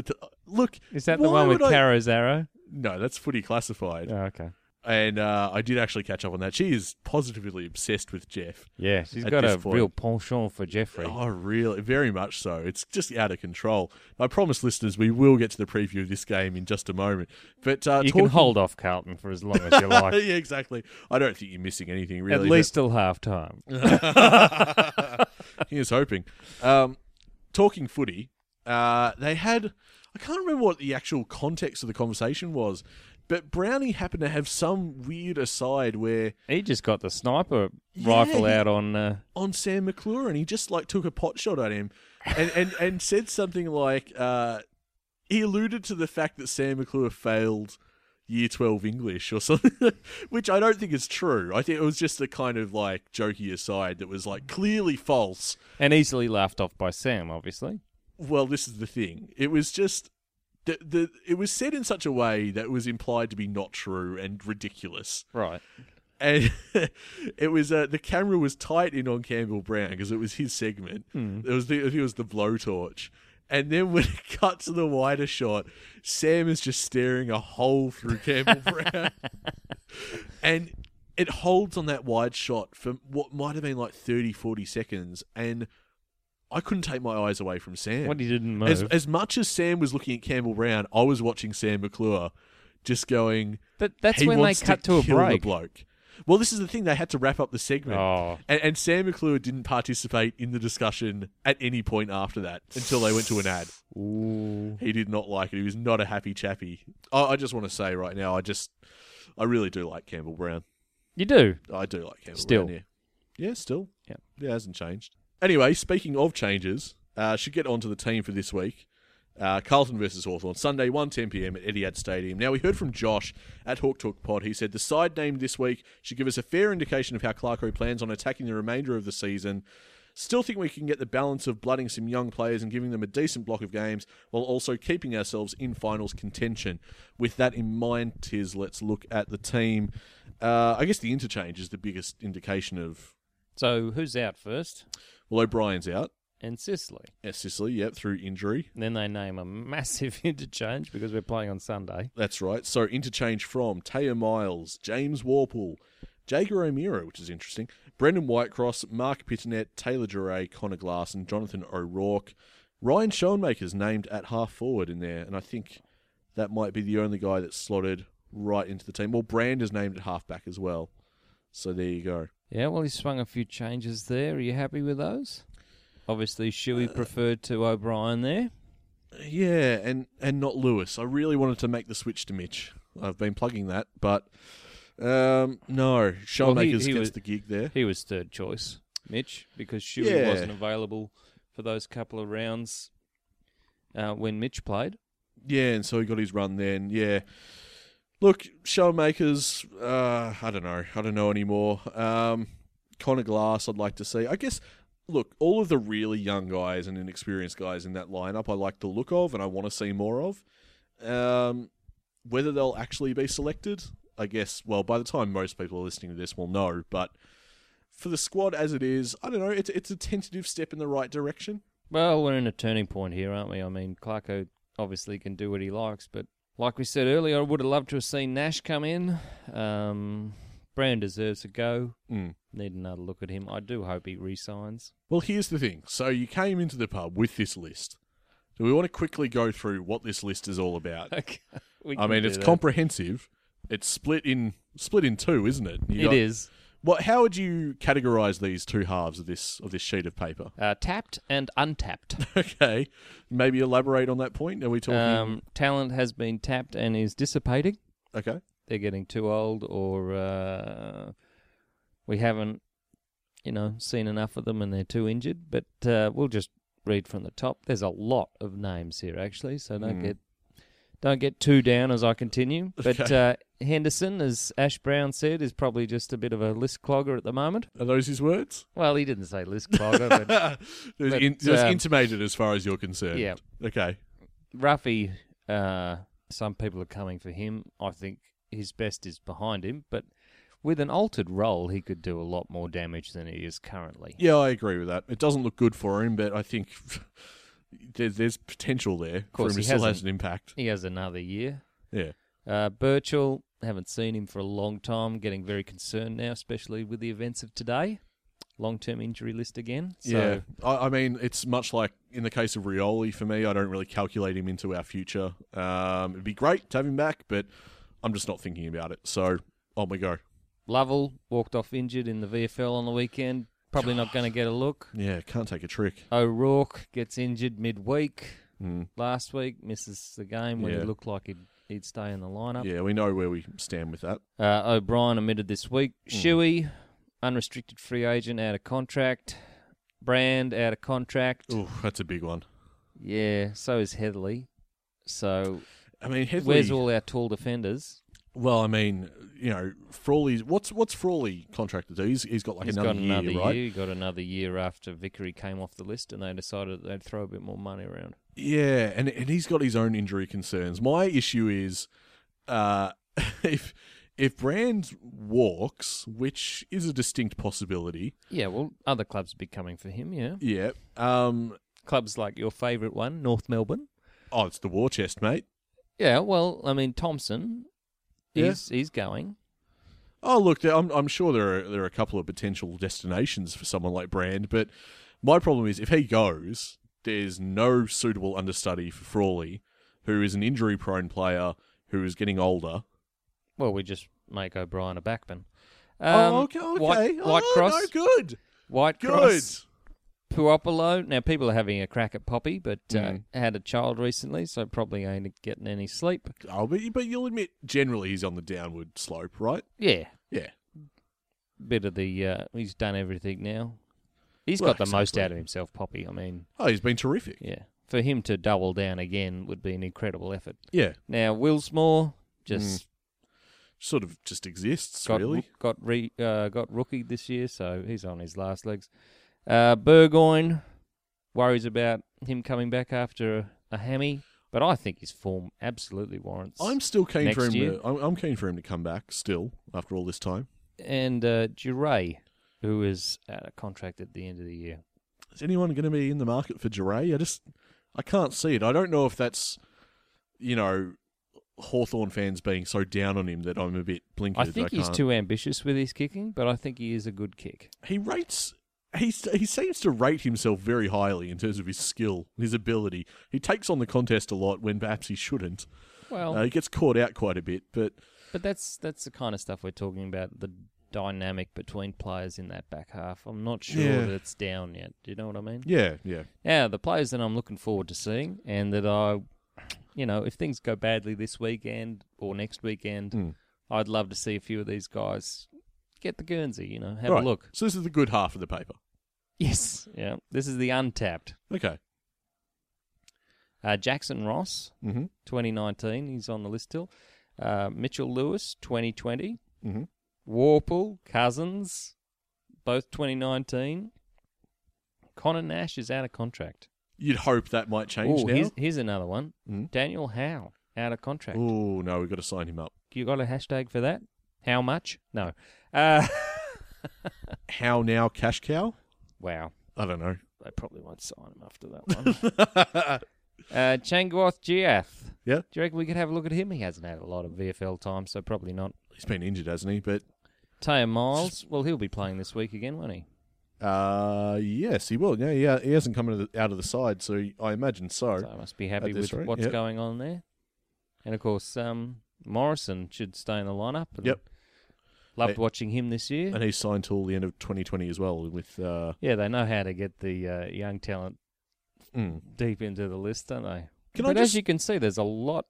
A: look.
B: Is that the
A: why
B: one with
A: would I-
B: Caro's arrow?
A: No, that's Footy Classified,
B: Oh, okay.
A: and uh, I did actually catch up on that. She is positively obsessed with Jeff.
B: Yeah, she's
A: At
B: got
A: this
B: a
A: point-
B: real penchant for Jeffrey.
A: Oh, really? Very much so. It's just out of control. I promise, listeners, we will get to the preview of this game in just a moment. But uh,
B: you
A: talking-
B: can hold off Carlton for as long as you like.
A: yeah, exactly. I don't think you're missing anything really.
B: At
A: but-
B: least till half time.
A: Here's hoping. Um, talking footy, uh, they had. I can't remember what the actual context of the conversation was, but Brownie happened to have some weird aside where
B: He just got the sniper
A: Yeah,
B: rifle
A: he-
B: out on. Uh,
A: on Sam McClure, and he just like took a pot shot at him, and and and said something like uh, he alluded to the fact that Sam McClure failed year 12 english or something which i don't think is true i think it was just a kind of like jokey aside that was like clearly false
B: and easily laughed off by Sam, obviously.
A: well this is the thing it was just the, the it was said in such a way that it was implied to be not true and ridiculous
B: Right.
A: and it was uh, the camera was tight in on campbell brown because it was his segment it was the it was the blowtorch and then when it cut to the wider shot sam is just staring a hole through campbell brown and it holds on that wide shot for what might have been like 30 40 seconds and i couldn't take my eyes away from sam
B: What he didn't move.
A: as, as much as Sam was looking at Campbell Brown, I was watching Sam McClure, just going.
B: but that's
A: he
B: when they
A: wants
B: cut to,
A: to,
B: a
A: kill
B: break.
A: The bloke. Well, this is the thing. They had to wrap up the segment,
B: Oh.
A: and, and Sam McClure didn't participate in the discussion at any point after that until they went to an ad.
B: Ooh.
A: He did not like it. He was not a happy chappy. I, I just want to say right now, I just, I really do like Campbell Brown.
B: You do.
A: I do like Campbell
B: Still.
A: Brown. Yeah, yeah, still.
B: Yeah.
A: yeah, it hasn't changed. Anyway, speaking of changes, uh, should get on to the team for this week. Uh, Carlton versus Hawthorn Sunday, 1.10 p.m. at Etihad Stadium. Now, we heard from Josh at Hawk Talk Pod. He said the side named this week should give us a fair indication of how Clarko plans on attacking the remainder of the season. Still think we can get the balance of blooding some young players and giving them a decent block of games while also keeping ourselves in finals contention. With that in mind, Tiz, let's look at the team. Uh, I guess the interchange is the biggest indication of.
B: So who's out first?
A: Well, O'Brien's out.
B: And Sicily.
A: Yes, Sicily, yep, through injury.
B: And then they name a massive interchange because we're playing on Sunday.
A: That's right. So interchange from Taya Miles, James Warple, Jager O'Meara, which is interesting, Brendan Whitecross, Mark Pitternet, Taylor Duray, Connor Glass, and Jonathan O'Rourke. Ryan Schoenmaker's named at half forward in there, and I think that might be the only guy that's slotted right into the team. Well, Brand is named at halfback as well. So there you go.
B: Yeah, well, he swung a few changes there. Are you happy with those? Obviously, Shuey preferred to O'Brien there.
A: Yeah, and and not Lewis. I really wanted to make the switch to Mitch. I've been plugging that, but um, no, Schoenmakers
B: Well, he- he
A: gets
B: was-
A: the gig there.
B: He was third choice, Mitch, because Shuey
A: Yeah.
B: wasn't available for those couple of rounds uh, when Mitch played.
A: Yeah, and so he got his run then. Yeah. Look, showmakers, uh, I don't know. I don't know anymore. Um, Connor Glass, I'd like to see. I guess, look, all of the really young guys and inexperienced guys in that lineup, I like the look of and I want to see more of. Um, whether they'll actually be selected, I guess, well, by the time most people are listening to this will know. But for the squad as it is, I don't know. It's, it's a tentative step in the right direction.
B: Well, we're in a turning point here, aren't we? I mean, Clarko obviously can do what he likes, but like we said earlier, I would have loved to have seen Nash come in. Um, Brand deserves a go.
A: Mm.
B: Need another look at him. I do hope he resigns.
A: Well, here's the thing. So you came into the pub with this list. Do we want to quickly go through what this list is all about?
B: Okay.
A: I mean, it's
B: comp.
A: comprehensive. It's split in split in two, isn't it? You
B: It is.
A: Well, how would you categorise these two halves of this of this sheet of paper?
B: Uh, tapped and untapped.
A: Okay, maybe elaborate on that point. Are we talking?
B: um, talent has been tapped and is dissipating.
A: okay,
B: They're getting too old, or uh, we haven't, you know, seen enough of them, and they're too injured. But uh, we'll just read from the top. There's a lot of names here, actually, so
A: Hmm.
B: don't get don't get too down as I continue. But uh, Henderson, as Ash Brown said, is probably just a bit of a list clogger at the moment.
A: are those his words?
B: Well, he didn't say list clogger, but
A: it was,
B: But,
A: in, it was
B: um,
A: intimated as far as you're concerned.
B: Yeah.
A: Okay.
B: Ruffy, uh, some people are coming for him. I think his best is behind him, but with an altered role, he could do a lot more damage than he is currently.
A: Yeah, I agree with that. It doesn't look good for him, but I think there, there's potential there
B: course,
A: for him
B: he
A: to still has
B: hasn't-
A: an impact.
B: He has another year.
A: Yeah.
B: Uh, Birchall, haven't seen him for a long time. Getting very concerned now, especially with the events of today. Long-term injury list again. So
A: yeah. I, I mean, it's much like in the case of Rioli for me, I don't really calculate him into our future. Um, it'd be great to have him back, but I'm just not thinking about it. So on we go.
B: Lovell walked off injured in the VFL on the weekend. Probably not going to get a look.
A: Yeah, can't take a trick.
B: O'Rourke gets injured midweek
A: Mm.
B: last week, misses the game when
A: Yeah.
B: he looked like he'd, he'd stay in the lineup.
A: Yeah, we know where we stand with that.
B: Uh, O'Brien omitted this week.
A: Hmm.
B: Shuey, unrestricted free agent, out of contract. Brand, out of contract.
A: Ooh, that's a big one.
B: Yeah, so is Heatherly. So
A: I mean, Headley.
B: where's all our tall defenders?
A: Well, I mean, you know, Frawley's what's what's Frawley contracted to? He's he's got like
B: He's
A: another,
B: got another
A: year, right?
B: year. Got another year after Vickery came off the list, and they decided they'd throw a bit more money around.
A: Yeah, and and he's got his own injury concerns. My issue is, uh, if if Brand walks, which is a distinct possibility,
B: Yeah, well, other clubs would be coming for him. Yeah,
A: yeah. Um,
B: clubs like your favourite one, North Melbourne.
A: oh, it's the war chest, mate.
B: Yeah, well, I mean Thompson,
A: Yeah.
B: he's he's going.
A: Oh, look, there- I'm I'm sure there are there are a couple of potential destinations for someone like Brand, but my problem is if he goes, there's no suitable understudy for Frawley, who is an injury prone player who is getting older.
B: Well, we just make O'Brien a backman.
A: oh,
B: Um,
A: okay, okay.
B: White,
A: Oh,
B: White Cross,
A: no, good,
B: White
A: good.
B: Cross, Puopolo. Now people are having a crack at Poppy, but uh,
A: Mm.
B: had a child recently, so probably ain't getting any sleep.
A: Oh, but, you- but you'll admit generally he's on the downward slope, right?
B: Yeah,
A: Yeah.
B: bit of the uh, he's done everything now. He's
A: Well,
B: got the most
A: exactly.
B: out of himself, Poppy. I mean,
A: Oh, he's been terrific.
B: yeah, for him to double down again would be an incredible effort.
A: Yeah,
B: Now Willsmore just
A: Mm. sort of just exists
B: got
A: really.
B: got re, uh, got rookie this year, so he's on his last legs. Uh, Burgoyne worries about him coming back after a, a hammy, but I think his form absolutely warrants.
A: I'm still keen for
B: Next
A: him.
B: year.
A: To, I'm, I'm keen for him to come back still after all this time.
B: and uh, Duray, who is out of contract at the end of the year.
A: Is anyone going to be in the market for Jure? I just I can't see it. I don't know if that's you know Hawthorn fans being so down on him that I'm a bit blinkered.
B: I think he's
A: can't-
B: too ambitious with his kicking, but I think he is a good kick.
A: he rates he's, he seems to rate himself very highly in terms of his skill his ability he takes on the contest a lot when perhaps he shouldn't
B: Well,
A: uh, he gets caught out quite a bit but
B: but that's that's the kind of stuff we're talking about. The dynamic between players in that back half. I'm not sure
A: Yeah.
B: that it's down yet. Do you know what I mean?
A: yeah yeah
B: Yeah, the players that I'm looking forward to seeing, and that I, you know, if things go badly this weekend or next weekend,
A: Mm.
B: I'd love to see a few of these guys get the Guernsey. You know, have
A: Right.
B: a look.
A: so this is the good half of the paper
B: Yes, yeah. This is the untapped
A: okay
B: uh, Jackson Ross,
A: mm-hmm
B: 2019. He's on the list still. Uh, Mitchell Lewis, 2020.
A: mm-hmm
B: Warple Cousins, both 2019. Connor Nash is out of contract.
A: you'd hope that might change
B: Ooh,
A: now
B: here's, here's another one.
A: Mm.
B: Daniel Howe out of contract.
A: oh no we've got to sign him up
B: You got a hashtag for that? How much? No. Uh,
A: how now cash cow
B: wow.
A: i don't know
B: They probably won't sign him after that one. uh, Changwath Giath.
A: Yeah.
B: Do you reckon we could have a look at him? He hasn't had a lot of VFL time, so probably not.
A: he's been injured hasn't he but
B: Taya Miles. Well, he'll be playing this week again, won't he?
A: uh yes he will yeah yeah he hasn't come into the, out of the side so i imagine so
B: So I must be happy
A: At this
B: with
A: rate,
B: what's
A: yeah.
B: going on there. And of course, um, Morrison should stay in the lineup. And
A: Yep.
B: Loved
A: Hey.
B: watching him this year.
A: And he's signed till the end of 2020 as well with. Uh,
B: Yeah, they know how to get the uh, young talent
A: mm.
B: deep into the list, don't they?
A: Can I
B: but
A: just-
B: as you can see, there's a lot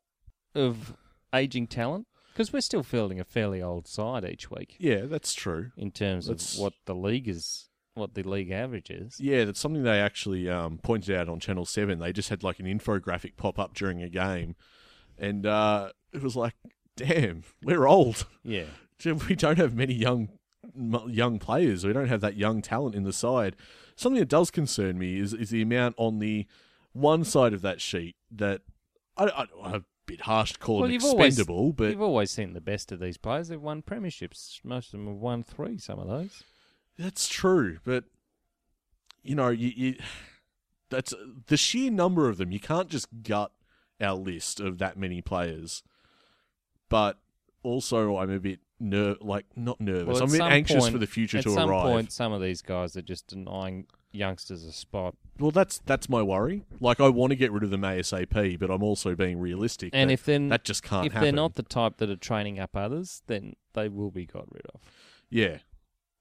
B: of aging talent because we're still fielding a fairly old side each week
A: Yeah, that's true.
B: in terms
A: That's-
B: of what the league is, what the league average is.
A: Yeah, that's something they actually um, pointed out on Channel 7. They just had like an infographic pop up during a game. And uh, it was like, damn, we're old.
B: Yeah,
A: We don't have many young m- young players. We don't have that young talent in the side. Something that does concern me is, is the amount on the one side of that sheet that I, I, I'm a bit harsh to call
B: Well,
A: it
B: you've always-
A: expendable, but
B: you've always seen the best of these players. They've won premierships. Most of them have won three. Some of those.
A: That's true, but you know, you, you that's the sheer number of them. You can't just gut our list of that many players. But also, I'm a bit ner- like not nervous. I'm
B: Well, at
A: a bit
B: some
A: anxious
B: point-
A: for the future
B: At
A: to
B: some
A: arrive.
B: point, some of these guys are just denying youngsters a spot.
A: Well, that's that's my worry. Like, I want to get rid of them ASAP, but I'm also being realistic.
B: And
A: that,
B: if then
A: that just can't
B: if
A: happen,
B: they're not the type that are training up others, then they will be got rid of.
A: Yeah,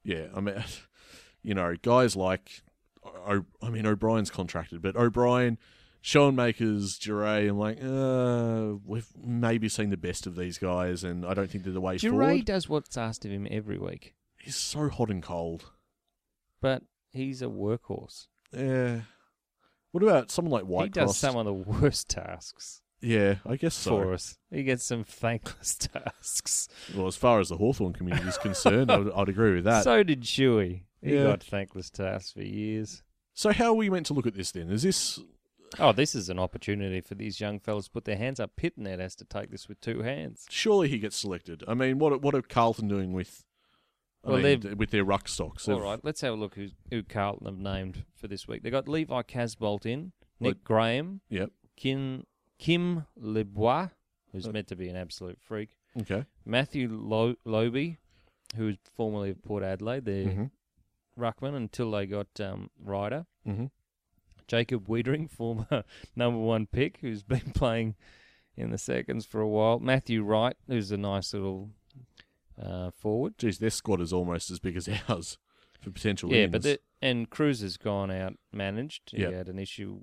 A: yeah. I mean, you know, guys like, o- I mean, O'Brien's contracted, but O'Brien, Schoenmakers, Juray, I'm like, uh, we've maybe seen the best of these guys, and I don't think they're the way
B: Duray
A: forward.
B: does what's asked of him every week,
A: He's so hot and cold.
B: but he's a workhorse.
A: Yeah. What about someone like White
B: he does
A: Cross?
B: some of the worst tasks
A: yeah, I guess so.
B: for us. He gets some thankless tasks.
A: Well, as far as the Hawthorn community is concerned, I'd, I'd agree with that. So,
B: so did Chewy. He
A: Yeah.
B: got thankless tasks for years.
A: how are we meant to look at this then? Is this
B: Oh, this is an opportunity for these young fellas to put their hands up. Pitnet has to take this with two hands.
A: surely he gets selected? I mean, what what are Carlton doing with? I
B: Well,
A: mean,
B: they've-
A: d- with their ruck stocks.
B: All
A: They've-
B: right, let's have a look who, who Carlton have named for this week. They got Levi Casbolt in, Nick
A: What-
B: Graham,
A: Yep.
B: Kim, Kim Lebois, who's
A: Uh,
B: meant to be an absolute freak.
A: Okay.
B: Matthew Lo- Lobe, who was formerly of Port Adelaide, their
A: Mhm.
B: ruckman until they got um, Ryder.
A: Mhm.
B: Jacob Wiedering, former number one pick, who's been playing in the seconds for a while. Matthew Wright, who's a nice little uh, forward.
A: Geez, their squad is almost as big as ours for potential.
B: yeah,
A: innings.
B: but the, and Cruz has gone out managed.
A: Yeah.
B: He had an issue.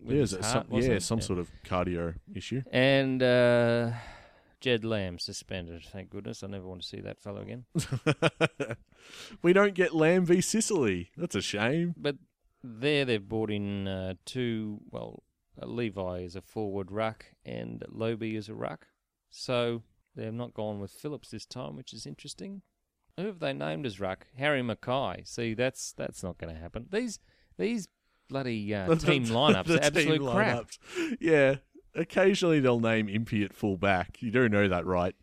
B: With
A: yeah,
B: his
A: is it
B: heart,
A: some,
B: wasn't
A: yeah,
B: it?
A: some sort of cardio issue.
B: And uh, Jed Lamb suspended. Thank goodness. I never want to see that fellow again.
A: we don't get Lamb v Sicily. That's a shame.
B: But there they've brought in uh, two. Well, uh, Levi is a forward ruck and Lobe is a ruck. So they have not gone with Phillips this time, which is interesting. Who have they named as ruck? Harry Mackay. See, that's that's not going to happen. These these bloody uh, team lineups
A: The
B: are absolute
A: team
B: crap.
A: lineups. Yeah. Occasionally they'll name Impy at fullback. You do know that, right?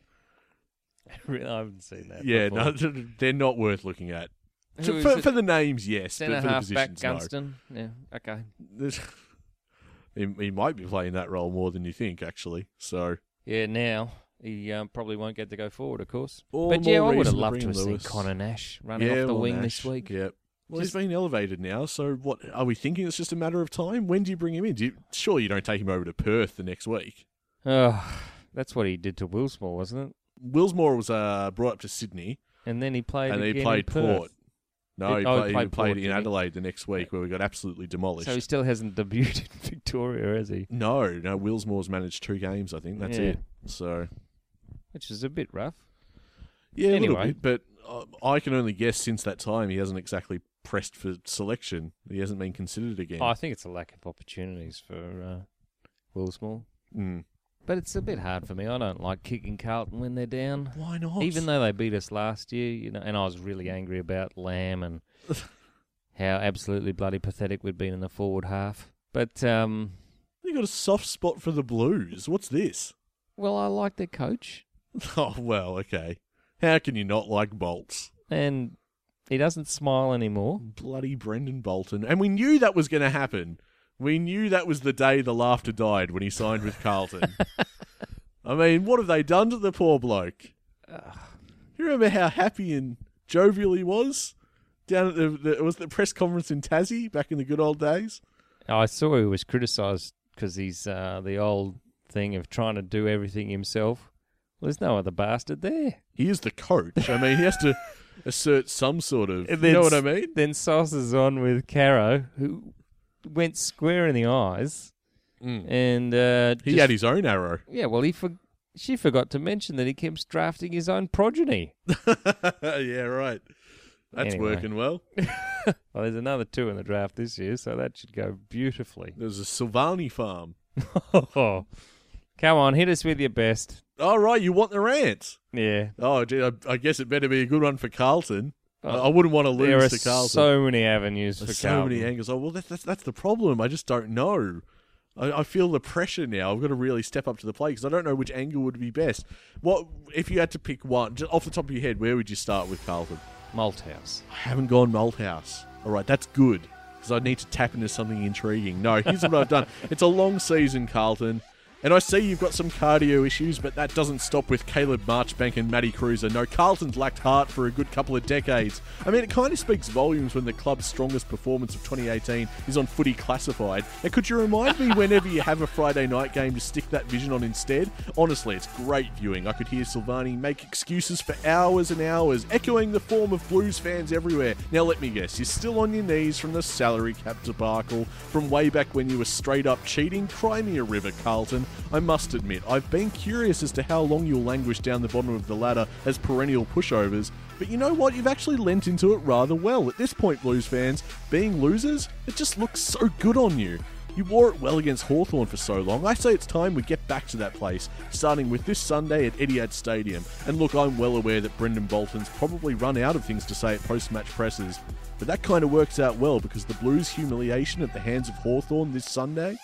B: Really, I haven't seen that.
A: yeah,
B: before.
A: no, they're not worth looking at.
B: Who
A: To-
B: is
A: For,
B: it?
A: for the names, yes,
B: Centre
A: but for the
B: half back
A: positions, no.
B: Gunston. Yeah, okay.
A: There's- he, he might be playing that role more than you think, actually. So
B: Yeah, now he um, probably won't get to go forward, of course.
A: All
B: but yeah,
A: more
B: I would
A: reason to
B: have loved
A: bring
B: to have seen
A: Lewis.
B: Connor Nash running off the
A: well,
B: wing
A: Nash,
B: this week.
A: Yep. Well,
B: Just-
A: he's been elevated now, so what are we thinking? It's just a matter of time. When do you bring him in? Do you, sure, you don't take him over to Perth the next week.
B: Oh, that's what he did to Willsmore, wasn't it?
A: Willsmore was uh, brought up to Sydney,
B: And then he played.
A: and he
B: again in
A: played
B: Perth.
A: Port. No,
B: Did-
A: he,
B: oh, he
A: played, he
B: played
A: played
B: Port,
A: in
B: did he?
A: Adelaide the next week, where we got absolutely demolished.
B: So he still hasn't debuted in Victoria, has he?
A: no, no, Willsmore's managed two games, I think. That's
B: Yeah.
A: it. So
B: Which is a bit rough.
A: yeah, a little
B: Anyway.
A: bit, but uh, I can only guess since that time he hasn't exactly pressed for selection. He hasn't been considered again.
B: Oh, I think it's a lack of opportunities for uh, Willsmore.
A: Mm.
B: But it's a bit hard for me. I don't like kicking Carlton when they're down.
A: Why not?
B: Even though they beat us last year, you know, and I was really angry about Lamb and how absolutely bloody pathetic we'd been in the forward half. But um,
A: you got a soft spot for the Blues. What's this?
B: well, I like their coach,
A: Oh well, okay. How can you not like Bolts?
B: and he doesn't smile anymore.
A: Bloody Brendan Bolton. And we knew that was going to happen. We knew that was the day the laughter died when he signed with Carlton. I mean, what have they done to the poor bloke? You remember how happy and jovial he was down at the, the it was the press conference in Tassie back in the good old days.
B: I saw he was criticised because he's uh, the old thing of trying to do everything himself Well, there's no other bastard there.
A: He is the coach. I mean, he has to assert some sort of.
B: And
A: You know
B: then
A: what I
B: s-
A: mean?
B: Then sauces on with Caro, who went square in the eyes,
A: Mm.
B: and uh,
A: He
B: just-
A: had his own arrow.
B: yeah. Well, he for, she forgot to mention that he keeps drafting his own progeny.
A: yeah, right. That's
B: Anyway.
A: working well.
B: Well, there's another two in the draft this year, so that should go beautifully.
A: There's a Silvani farm.
B: Come on, hit us with your best.
A: All right, you want the rant?
B: Yeah,
A: Oh, gee, I, I guess it better be a good one for Carlton. I,
B: Oh,
A: I wouldn't want to
B: there are
A: lose to Carlton.
B: so many avenues for
A: There's so many
B: Carlton.
A: angles. Oh, well, that's, that's, that's the problem. I just don't know. I, I feel the pressure now. I've got to really step up to the plate because I don't know which angle would be best. What if you had to pick one just off the top of your head? Where would you start with Carlton?
B: Malthouse.
A: I haven't gone Malthouse. All right, that's good because I need to tap into something intriguing. No, here's what I've done. It's a long season, Carlton, and I see you've got some cardio issues, but that doesn't stop with Caleb Marchbank and Matty Cruiser. No, Carlton's lacked heart for a good couple of decades. I mean, it kind of speaks volumes when the club's strongest performance of 2018 is on footy classified. Now, could you remind me whenever you have a Friday night game to stick that vision on instead? Honestly, it's great viewing. I could hear Silvani make excuses for hours and hours, echoing the form of Blues fans everywhere. Now, let me guess, you're still on your knees from the salary cap debacle, from way back when you were straight up cheating? Cry me a river, Carlton. I must admit, I've been curious as to how long you'll languish down the bottom of the ladder as perennial pushovers, but you know what? You've actually lent into it rather well. At this point, Blues fans, being losers, it just looks so good on you. You wore it well against Hawthorn for so long. I say it's time we get back to that place, starting with this Sunday at Etihad Stadium. And look, I'm well aware that Brendan Bolton's probably run out of things to say at post match presses, but that kind of works out well because the Blues' humiliation at the hands of Hawthorn this Sunday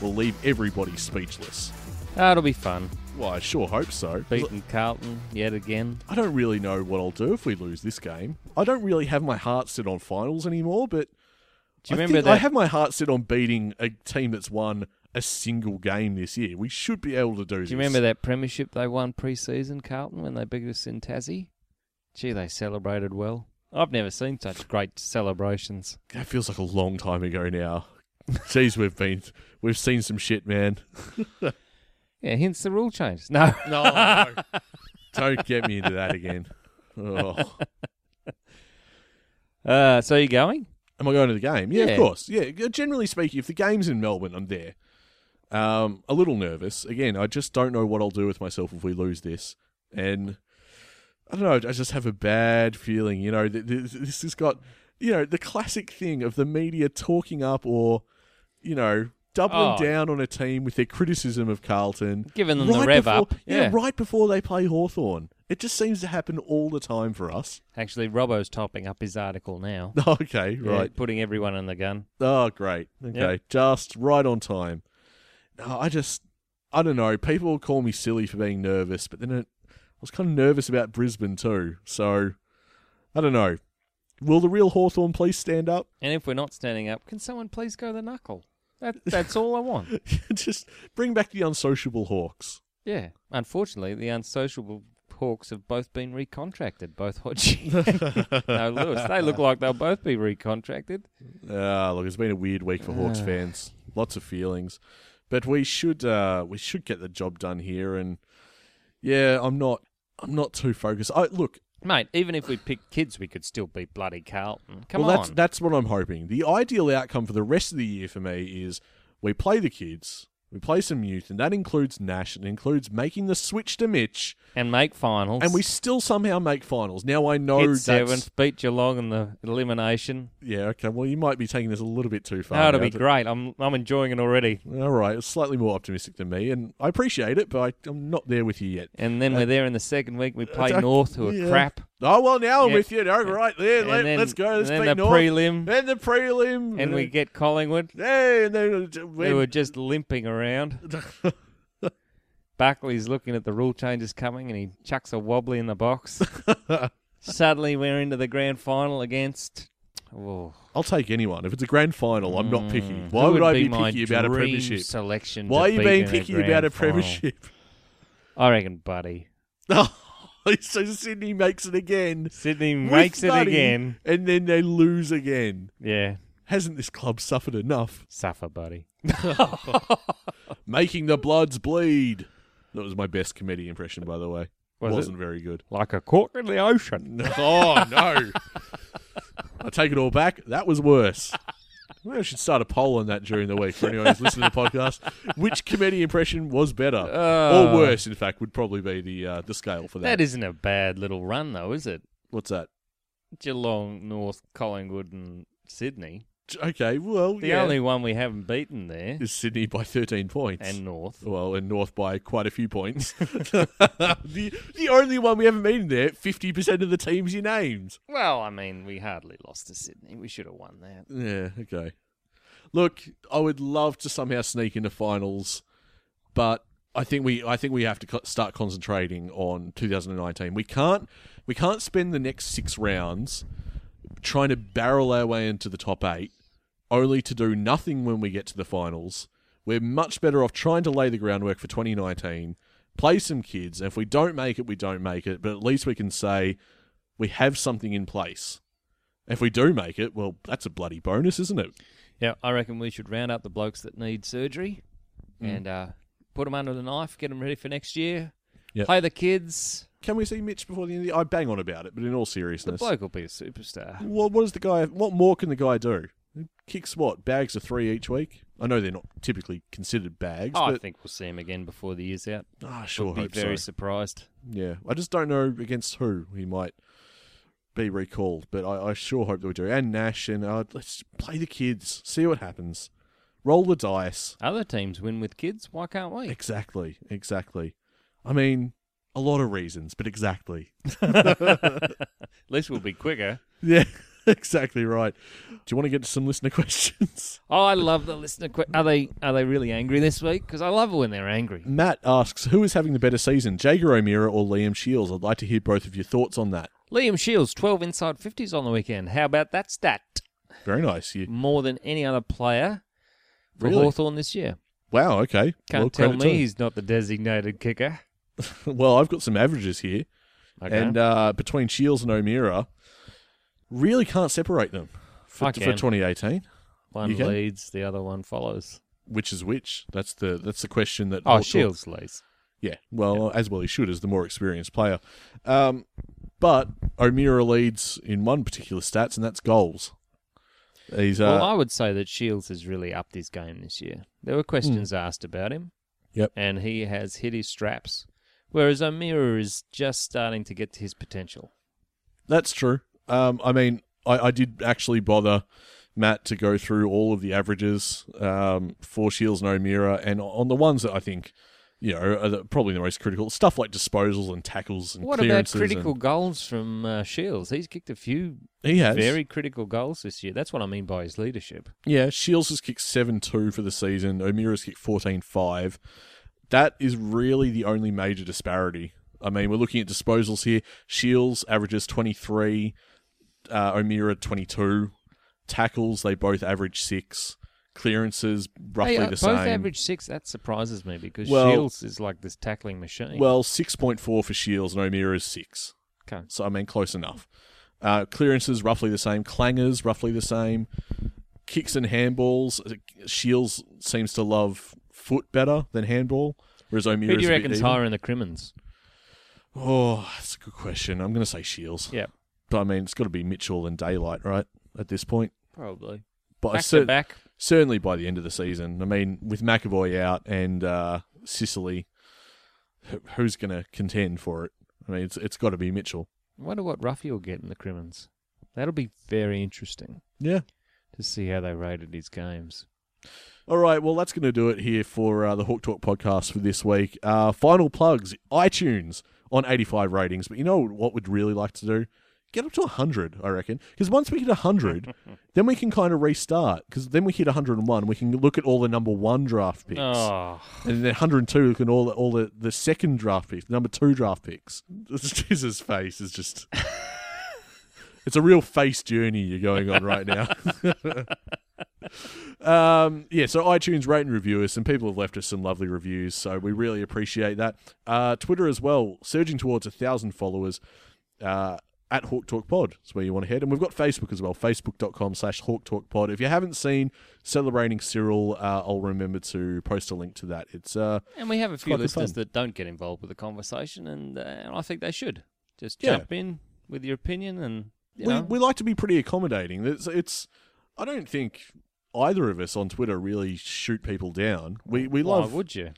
A: will leave everybody speechless.
B: Ah, it'll be fun.
A: Well, I sure hope so.
B: Beating Carlton yet again.
A: I don't really know what I'll do if we lose this game. I don't really have my heart set on finals anymore, but I
B: Do you remember
A: think
B: that?
A: I have my heart set on beating a team that's won a single game this year. We should be able to do this.
B: do you remember that premiership they won pre-season, Carlton, when they beat us in Tassie? Gee, they celebrated well. I've never seen such great celebrations.
A: That feels like a long time ago now. Jeez, we've been we've seen some shit, man.
B: Yeah, hence the rule change. No.
A: No, don't get me into that again. Oh.
B: Uh, so you going?
A: Am I going to the game? Yeah,
B: Yeah.
A: of course. Yeah, g- generally speaking, if the game's in Melbourne, I'm there. Um, a little nervous. Again, I just don't know what I'll do with myself if we lose this. And I don't know. I just have a bad feeling. You know, th- th- this has got, you know, the classic thing of the media talking up or, you know, doubling
B: Oh.
A: down on a team with their criticism of Carlton.
B: Giving them the rev
A: before,
B: up. Yeah.
A: right before they play Hawthorn. It just seems to happen all the time for us.
B: Actually, Robbo's topping up his article now.
A: Okay,
B: Yeah,
A: right.
B: putting everyone in the gun.
A: Oh, great. Okay. Just right on time. No, I just, I don't know. People call me silly for being nervous, but then it, I was kind of nervous about Brisbane too. So, I don't know. Will the real Hawthorn please stand up?
B: And if we're not standing up, can someone please go the knuckle? That, that's all I want.
A: just bring back the unsociable Hawks.
B: Yeah. Unfortunately, the unsociable Hawks have both been recontracted, both Hodgie and no, Lewis. They look like they'll both be recontracted.
A: Ah, look, it's been a weird week for Hawks
B: Ah.
A: fans. Lots of feelings, but we should uh, we should get the job done here. And yeah, I'm not I'm not too focused. I look,
B: Mate, even if we picked kids, we could still beat bloody Carlton. Come
A: well,
B: on.
A: that's that's what I'm hoping. The ideal outcome for the rest of the year for me is we play the kids, we play some youth, and that includes Nash, and includes making the switch to Mitch,
B: and make finals.
A: and we still somehow make finals. Now I know
B: hit
A: that's
B: seventh, beat Geelong in the elimination.
A: yeah okay. Well, you might be taking this a little bit too far.
B: Oh, it'll
A: now,
B: be
A: but-
B: great. I'm I'm enjoying it already.
A: All right, it's slightly more optimistic than me, and I appreciate it, but I, I'm not there with you yet.
B: And then we're there in the second week. We play
A: don't-
B: North, who are
A: Uh, yeah.
B: crap.
A: Oh well, now I'm
B: Yeah.
A: with you. All right, there,
B: And
A: let,
B: then-
A: us go. Let's
B: and
A: beat
B: then the
A: North.
B: prelim,
A: then the prelim,
B: and we get Collingwood.
A: hey, and then
B: They were just limping around. Buckley's looking at the rule changes coming, and he chucks a wobbly in the box. Suddenly, we're into the grand final against. Oh,
A: I'll take anyone. If it's a grand final, I'm not picky. Why
B: Mm. who
A: would I be,
B: my
A: picky about a
B: dream
A: premiership?
B: Selection. to
A: Why are you
B: beat
A: being
B: in
A: picky
B: grand
A: about a
B: final?
A: premiership?
B: I reckon, buddy.
A: so Sydney makes it again.
B: Sydney
A: With
B: makes it
A: Buddy,
B: again.
A: And then they lose again.
B: Yeah,
A: Hasn't this club suffered enough?
B: suffer, buddy.
A: Making the Bloods bleed. That was my best committee impression, by the way.
B: Was it?
A: Wasn't very good.
B: Like a cork in the ocean.
A: oh no! I take it all back. That was worse. Maybe I should start a poll on that during the week for anyone who's listening to the podcast. Which committee impression was better
B: Oh.
A: or worse? In fact, would probably be the uh, the scale for that.
B: That isn't a bad little run, though, is it?
A: What's that?
B: Geelong, North, Collingwood, and Sydney.
A: J- Okay, well,
B: The
A: yeah,
B: only one we haven't beaten there,
A: is Sydney by thirteen points,
B: and North.
A: well, and North by quite a few points. the the only one we haven't been there. Fifty percent of the teams you named.
B: Well, I mean, we hardly lost to Sydney. We should have won that.
A: Yeah, okay. Look, I would love to somehow sneak into finals, but I think we I think we have to co- start concentrating on 2019. We can't we can't spend the next 6 rounds trying to barrel our way into the top 8 only to do nothing when we get to the finals. We're much better off trying to lay the groundwork for 2019, play some kids, and if we don't make it, we don't make it, but at least we can say we have something in place. If we do make it, well, that's a bloody bonus, isn't it?
B: Yeah, I reckon we should round up the blokes that need surgery
A: Mm.
B: and uh, put them under the knife, get them ready for next year.
A: Yep.
B: Play the kids.
A: Can we see Mitch before the end of the I bang on about it, but in all
B: The
A: seriousness.
B: bloke will be a superstar.
A: What, what does the guy what more can the guy do? He Kicks what? Bags of three each week? I know they're not typically considered bags,
B: Oh, I
A: but
B: think we'll see him again before the year's out.
A: Ah, sure
B: Be
A: hope
B: very
A: so.
B: surprised.
A: Yeah. I just don't know against who he might be recalled, but I, I sure hope that we do. And Nash and uh, let's play the kids, see what happens. Roll the dice.
B: Other teams win with kids. Why can't we?
A: Exactly, exactly. I mean, a lot of reasons, but exactly.
B: At least we'll be quicker.
A: Yeah, exactly right. Do you want to get to some listener questions?
B: Oh, I love the listener. Que- are they are they really angry this week? Because I love it when they're angry.
A: Matt asks, who is having the better season, Jager O'Meara or Liam Shields? I'd like to hear both of your thoughts on that.
B: Liam Shields, twelve inside fifties on the weekend. How about that stat?
A: Very nice. You,
B: More than any other player for
A: Really?
B: Hawthorn this year.
A: wow, okay.
B: Can't
A: Well,
B: tell
A: credit
B: me
A: to him.
B: he's not the designated kicker.
A: Well, I've got some averages here.
B: Okay.
A: And uh, between Shields and O'Meara, really can't separate them for,
B: I
A: for
B: can.
A: 2018.
B: one
A: you can?
B: leads, the other one follows.
A: Which is which? That's the that's the question that
B: Oh,
A: Hawthorn-
B: Shields leads.
A: Yeah, well, as well he should as the more experienced player. Um, but O'Meara leads in one particular stats, and that's goals. He's uh,
B: well, I would say that Shields has really upped his game this year. There were questions asked about him.
A: Hmm. Yep.
B: And he has hit his straps, whereas O'Meara is just starting to get to his potential.
A: that's true. Um, I mean, I, I did actually bother Matt to go through all of the averages um, for Shields and O'Meara, and on the ones that I think. You know, are the, probably the most critical stuff like disposals and tackles and
B: What about
A: clearances. and-
B: critical goals from uh, Shields? He's kicked a few
A: He has
B: very critical goals this year. That's what I mean by his leadership.
A: Yeah, Shields has kicked 7 2 for the season. O'Meara's kicked 14 5. That is really the only major disparity. I mean, we're looking at disposals here. Shields averages 23, uh, O'Meara 22. Tackles, they both average 6. Clearances, roughly
B: Hey,
A: the
B: uh, both
A: same.
B: average six. That surprises me because
A: Well-
B: Shields is like this tackling machine.
A: well, 6.4 for Shields and O'Meara is 6.
B: okay.
A: So, I mean, close enough. Uh, clearances, roughly the same. Clangers, roughly the same. Kicks and handballs. Uh, Shields seems to love foot better than handball, whereas O'Meara
B: Who do
A: is
B: you
A: a bit
B: reckon's
A: even.
B: higher in the Crimmins?
A: Oh, that's a good question. I'm going to say Shields.
B: Yeah,
A: But, I mean, it's got to be Mitchell and Daylight, right, at this point?
B: probably.
A: But I
B: Back
A: cer-
B: to back.
A: certainly by the end of the season. I mean, with McAvoy out and uh, Sicily, who- who's going to contend for it? I mean, it's it's got to be Mitchell.
B: I wonder what Ruffy will get in the Crimmins. That'll be very interesting
A: Yeah.
B: to see how they rated his games.
A: All right, well, that's going to do it here for uh, the Hawk Talk podcast for this week. Uh, final plugs iTunes on 85 ratings. But you know what we'd really like to do? Get up to 100, I reckon. Because once we hit 100, then we can kind of restart. Because then we hit 101, we can look at all the number one draft picks.
B: Oh,
A: And then 102, look at all, the, all the, the second draft picks, number two draft picks. Jesus' face is just. it's a real face journey you're going on right now. Um, yeah, so iTunes rate and review us, and people have left us some lovely reviews, so we really appreciate that. Uh, Twitter as well, surging towards a thousand followers. Uh, at Hawk Talk Pod. That's where you want to head. And we've got Facebook as well, facebook.com slash Hawk Talk Pod. If you haven't seen Celebrating Cyril, uh, I'll remember to post a link to that. It's uh,
B: And we have a few
A: quite good
B: listeners
A: fun.
B: that don't get involved with the conversation, and, uh, and I think they should just
A: Yeah.
B: jump in with your opinion and you
A: we,
B: know.
A: we like to be pretty accommodating. It's, it's I don't think either of us on Twitter really shoot people down. We we
B: why
A: love
B: would you?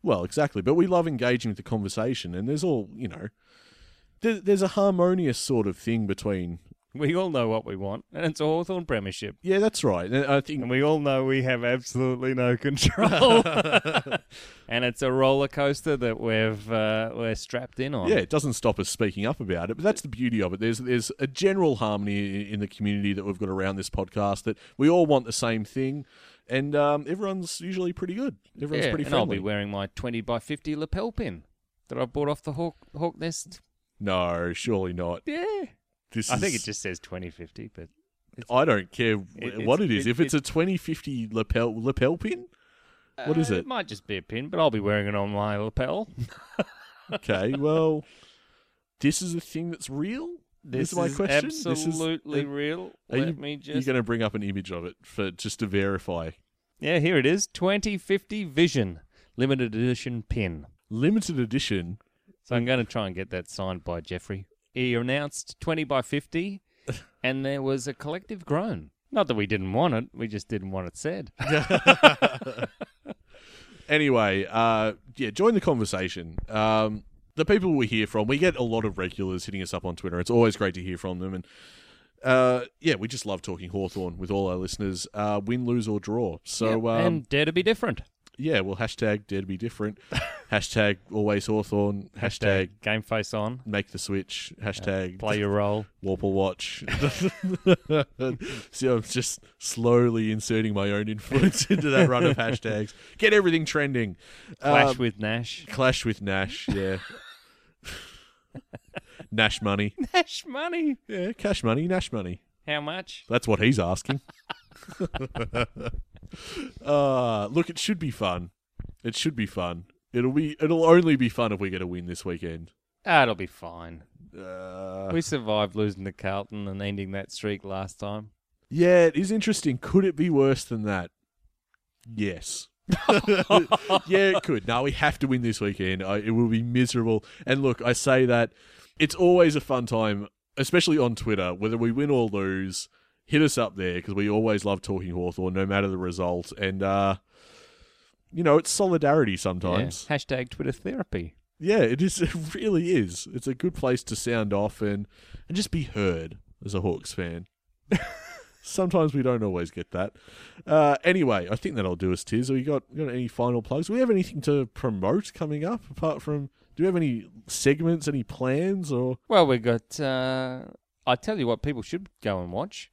A: well exactly, but we love engaging with the conversation. And there's all you know. There, there's a harmonious sort of thing between.
B: We all know what we want, and it's a Hawthorne Premiership,
A: Yeah, that's right. And I think
B: and we all know we have absolutely no control, and it's a roller coaster that we've uh, we're strapped in on.
A: Yeah, it doesn't stop us speaking up about it, but that's the beauty of it. There's there's a general harmony i- in the community that we've got around this podcast that we all want the same thing, and um, everyone's usually pretty good. Everyone's
B: Yeah,
A: pretty
B: and I'll be
A: friendly.
B: wearing my twenty by fifty lapel pin that I bought off the hawk hawk nest.
A: No, surely not.
B: Yeah,
A: This
B: I think it
A: is-
B: just says twenty fifty, but
A: I don't care wh-
B: It-
A: what it
B: it's-
A: is.
B: it-
A: if it's a 2050 lapel lapel pin, What is
B: Uh,
A: it?
B: It might just be a pin, but I'll be wearing it on my lapel.
A: okay, well, this is a thing that's real.
B: This
A: is my
B: is
A: question. This is-
B: absolutely
A: uh,
B: real.
A: are
B: Let
A: you-
B: me just.
A: You're going to bring up an image of it for just to verify.
B: Yeah, here it is. 2050 Vision limited edition pin.
A: Limited edition.
B: So I'm going to try and get that signed by Jeffrey. He announced 20 by 50, and there was a collective groan. Not that we didn't want it, we just didn't want it said.
A: anyway, uh, yeah, join the conversation. Um, the people we hear from, we get a lot of regulars hitting us up on Twitter. It's always great to hear from them. And uh, yeah, we just love talking Hawthorn with all our listeners, uh, win, lose, or draw. So
B: Yep,
A: um,
B: and dare to be different.
A: yeah, well, hashtag dare to be different, hashtag always Hawthorn, hashtag
B: Game face on.
A: make the switch, hashtag
B: Play your role.
A: Warple watch. See, I'm just slowly inserting my own influence into that run of hashtags. Get everything trending.
B: Clash
A: Um,
B: with Nash.
A: Clash with Nash, yeah. Nash money.
B: Nash money.
A: Yeah, cash money, Nash money.
B: How much?
A: That's what he's asking. uh, look, it should be fun. It should be fun. It'll be. It'll only be fun if we get a win this weekend.
B: Ah, it'll be fine.
A: Uh,
B: We survived losing to Carlton and ending that streak last time.
A: yeah, it is interesting. Could it be worse than that? Yes. yeah, it could. No, we have to win this weekend. I, it will be miserable. And look, I say that it's always a fun time, especially on Twitter, whether we win or lose. Hit us up there because we always love talking Hawthorn, no matter the result. And, uh, you know, it's solidarity sometimes.
B: Yeah. Hashtag Twitter therapy.
A: Yeah, it is. It really is. It's a good place to sound off and, and just be heard as a Hawks fan. Sometimes we don't always get that. Uh, anyway, I think that'll do us, Tiz. Have we got, got any final plugs? Do we have anything to promote coming up apart from. Do we have any segments, any plans, or.
B: Well, we've got. Uh, I tell you what, people should go and watch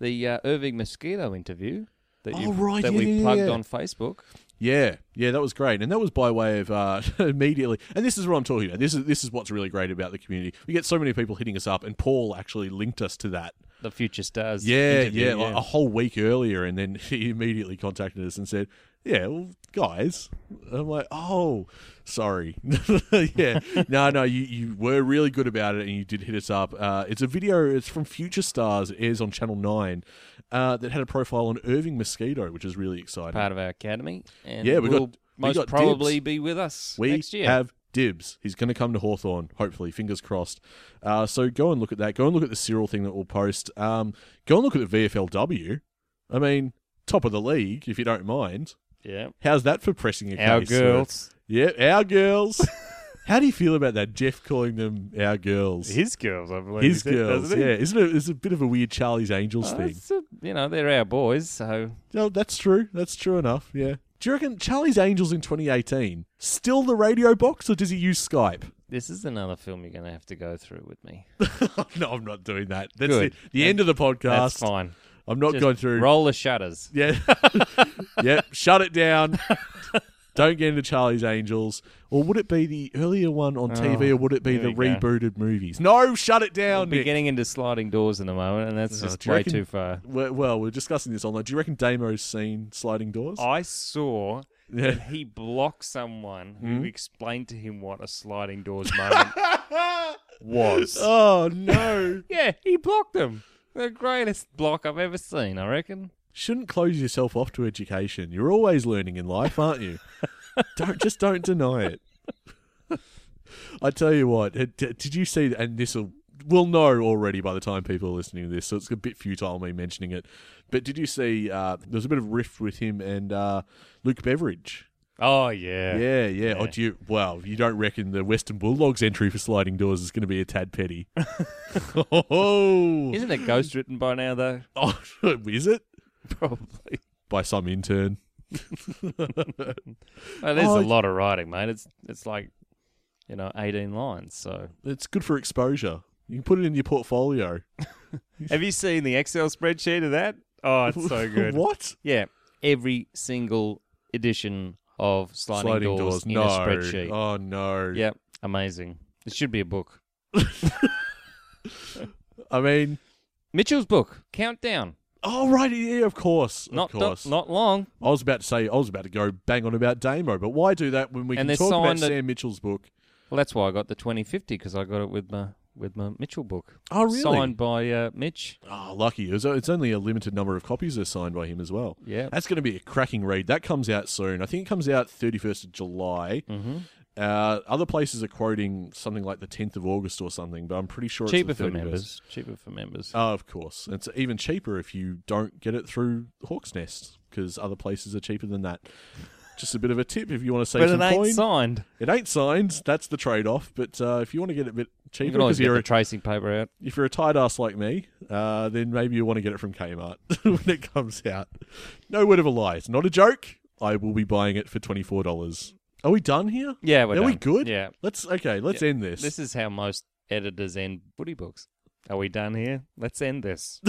B: the uh, Irving Mosquito interview that,
A: Oh,
B: you
A: right,
B: that
A: yeah,
B: we
A: yeah,
B: plugged
A: yeah.
B: on Facebook.
A: Yeah, yeah, that was great, and that was by way of uh, immediately. And this is what I'm talking about. This is this is what's really great about the community. We get so many people hitting us up, and Paul actually linked us to that
B: The Future Stars.
A: Yeah, oh,
B: interview,
A: yeah, like a whole week earlier, and then he immediately contacted us and said, "Yeah, well, guys." I'm like, "Oh, sorry." yeah, no, no, you you were really good about it, and you did hit us up. Uh, it's a video. It's from Future Stars. It airs on Channel Nine. Uh, that had a profile on Irving Mosquito, which is really exciting.
B: part of our academy. And
A: Yeah, we got-
B: will
A: we
B: most
A: got
B: probably
A: dibs.
B: be with us
A: we
B: next year.
A: have dibs. He's going to come to Hawthorn, hopefully, fingers crossed. Uh, so go and look at that. Go and look at the Cyril thing that we'll post. Um, go and look at the VFLW. I mean, top of the league, if you don't mind.
B: yeah,
A: How's that for pressing a
B: our
A: case?
B: girls,
A: Yep, our girls. How do you feel about that, Jeff calling them our girls?
B: his girls, I believe.
A: His girls, yeah. Isn't it? It's a bit of a weird Charlie's Angels
B: Oh,
A: thing.
B: you know, they're our boys, so
A: No, that's true. That's true enough. Yeah. Do you reckon Charlie's Angels in 2018 still the radio box, or does he use Skype?
B: this is another film you're going to have to go through with me.
A: no, I'm not doing that. That's
B: Good.
A: the, the end of the
B: That's
A: podcast.
B: fine.
A: I'm not
B: Just
A: going through.
B: Roll the shutters.
A: Yeah. yep. Shut it down. Don't get into Charlie's Angels. Or would it be the earlier one on TV, or would it be
B: here
A: the
B: Oh, we go.
A: rebooted movies? No, shut it
B: We'll
A: down.
B: be
A: Nick.
B: getting into sliding doors in a moment, and that's
A: Oh,
B: just
A: do you
B: way
A: reckon-
B: too far. Oh.
A: Well, well, we're discussing this online. Do you reckon Damo's seen sliding doors?
B: I saw
A: Yeah. Hmm?
B: and he blocks someone who explained to him what a sliding doors moment was.
A: Oh no!
B: Yeah, he blocked them. The greatest block I've ever seen, I reckon.
A: Shouldn't close yourself off to education. You're always learning in life, aren't you? don't just don't deny it. I tell you what. it- d- Did you see? And this will we'll know already by the time people are listening to this, so it's a bit futile me mentioning it. But did you see? Uh, there was a bit of rift with him and uh, Luke Beveridge.
B: Oh yeah.
A: Yeah, yeah. Oh,
B: Yeah.
A: do you, well, you don't reckon the Western Bulldogs entry for sliding doors is going to be a tad petty? oh,
B: Isn't it ghostwritten by now though?
A: oh, is it?
B: Probably.
A: By some intern.
B: Well, there's
A: Oh,
B: a lot of writing, mate. It's it's like you know, eighteen lines. So,
A: It's good for exposure. You can put it in your portfolio.
B: have you seen the Excel spreadsheet of that? Oh, it's so good.
A: what?
B: Yeah, every single edition of Sliding, Doors, in
A: no.
B: a spreadsheet.
A: Oh no.
B: Yeah, amazing. It should be a book.
A: I mean,
B: Mitchell's book, Countdown.
A: oh right, yeah, of course,
B: Not
A: of course.
B: not, not long.
A: I was about to say, I was about to go bang on about Damo, but why do that when we
B: And
A: can
B: they
A: talk about
B: signed a-
A: Sam Mitchell's book?
B: Well, that's why I got the 2050 because I got it with my with my Mitchell book.
A: Oh really?
B: Signed by uh, Mitch.
A: Oh, lucky. It was- It's only a limited number of copies are signed by him as well.
B: Yeah.
A: That's going to be a cracking read. That comes out soon. I think it comes out 31st of July.
B: Mm-hmm.
A: Uh, other places are quoting something like the 10th of August or something, but I'm pretty sure
B: Cheaper
A: it's the
B: for
A: 31st.
B: members. Cheaper for members.
A: Oh, of course. It's even cheaper if you don't get it through Hawk's Nest because other places are cheaper than that. Just a bit of a tip if you want to save
B: but
A: some
B: it ain't
A: coin.
B: signed.
A: it ain't signed. That's the trade off. But uh, if you want to get it a bit
B: You
A: cheaper,
B: can always
A: because
B: get
A: you're
B: the
A: a
B: tracing paper out.
A: if you're a tight ass like me, uh, then maybe you want to get it from Kmart when it comes out. No word of a lie. It's not a joke. I will be buying it for twenty four dollars. Are we done here?
B: Yeah, we're
A: Are we
B: done.
A: good?
B: Yeah.
A: Let's okay. Let's end this.
B: This is how most editors end footy books. Are we done here? Let's end this.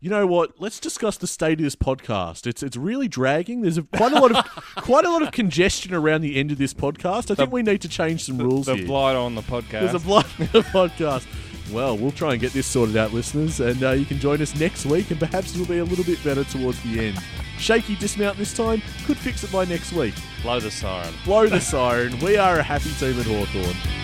A: You know what? Let's discuss the state of this podcast. It's it's really dragging. There's a, quite a lot of quite a lot of congestion around the end of this podcast. I think we need to change some rules
B: the
A: here.
B: blight on the podcast.
A: There's a blind the podcast. Well, we'll try and get this sorted out, listeners, and uh, you can join us next week, and perhaps it'll be a little bit better towards the end. Shaky dismount this time could fix it by next week.
B: Blow the siren.
A: Blow the siren. We are a happy team at Hawthorn.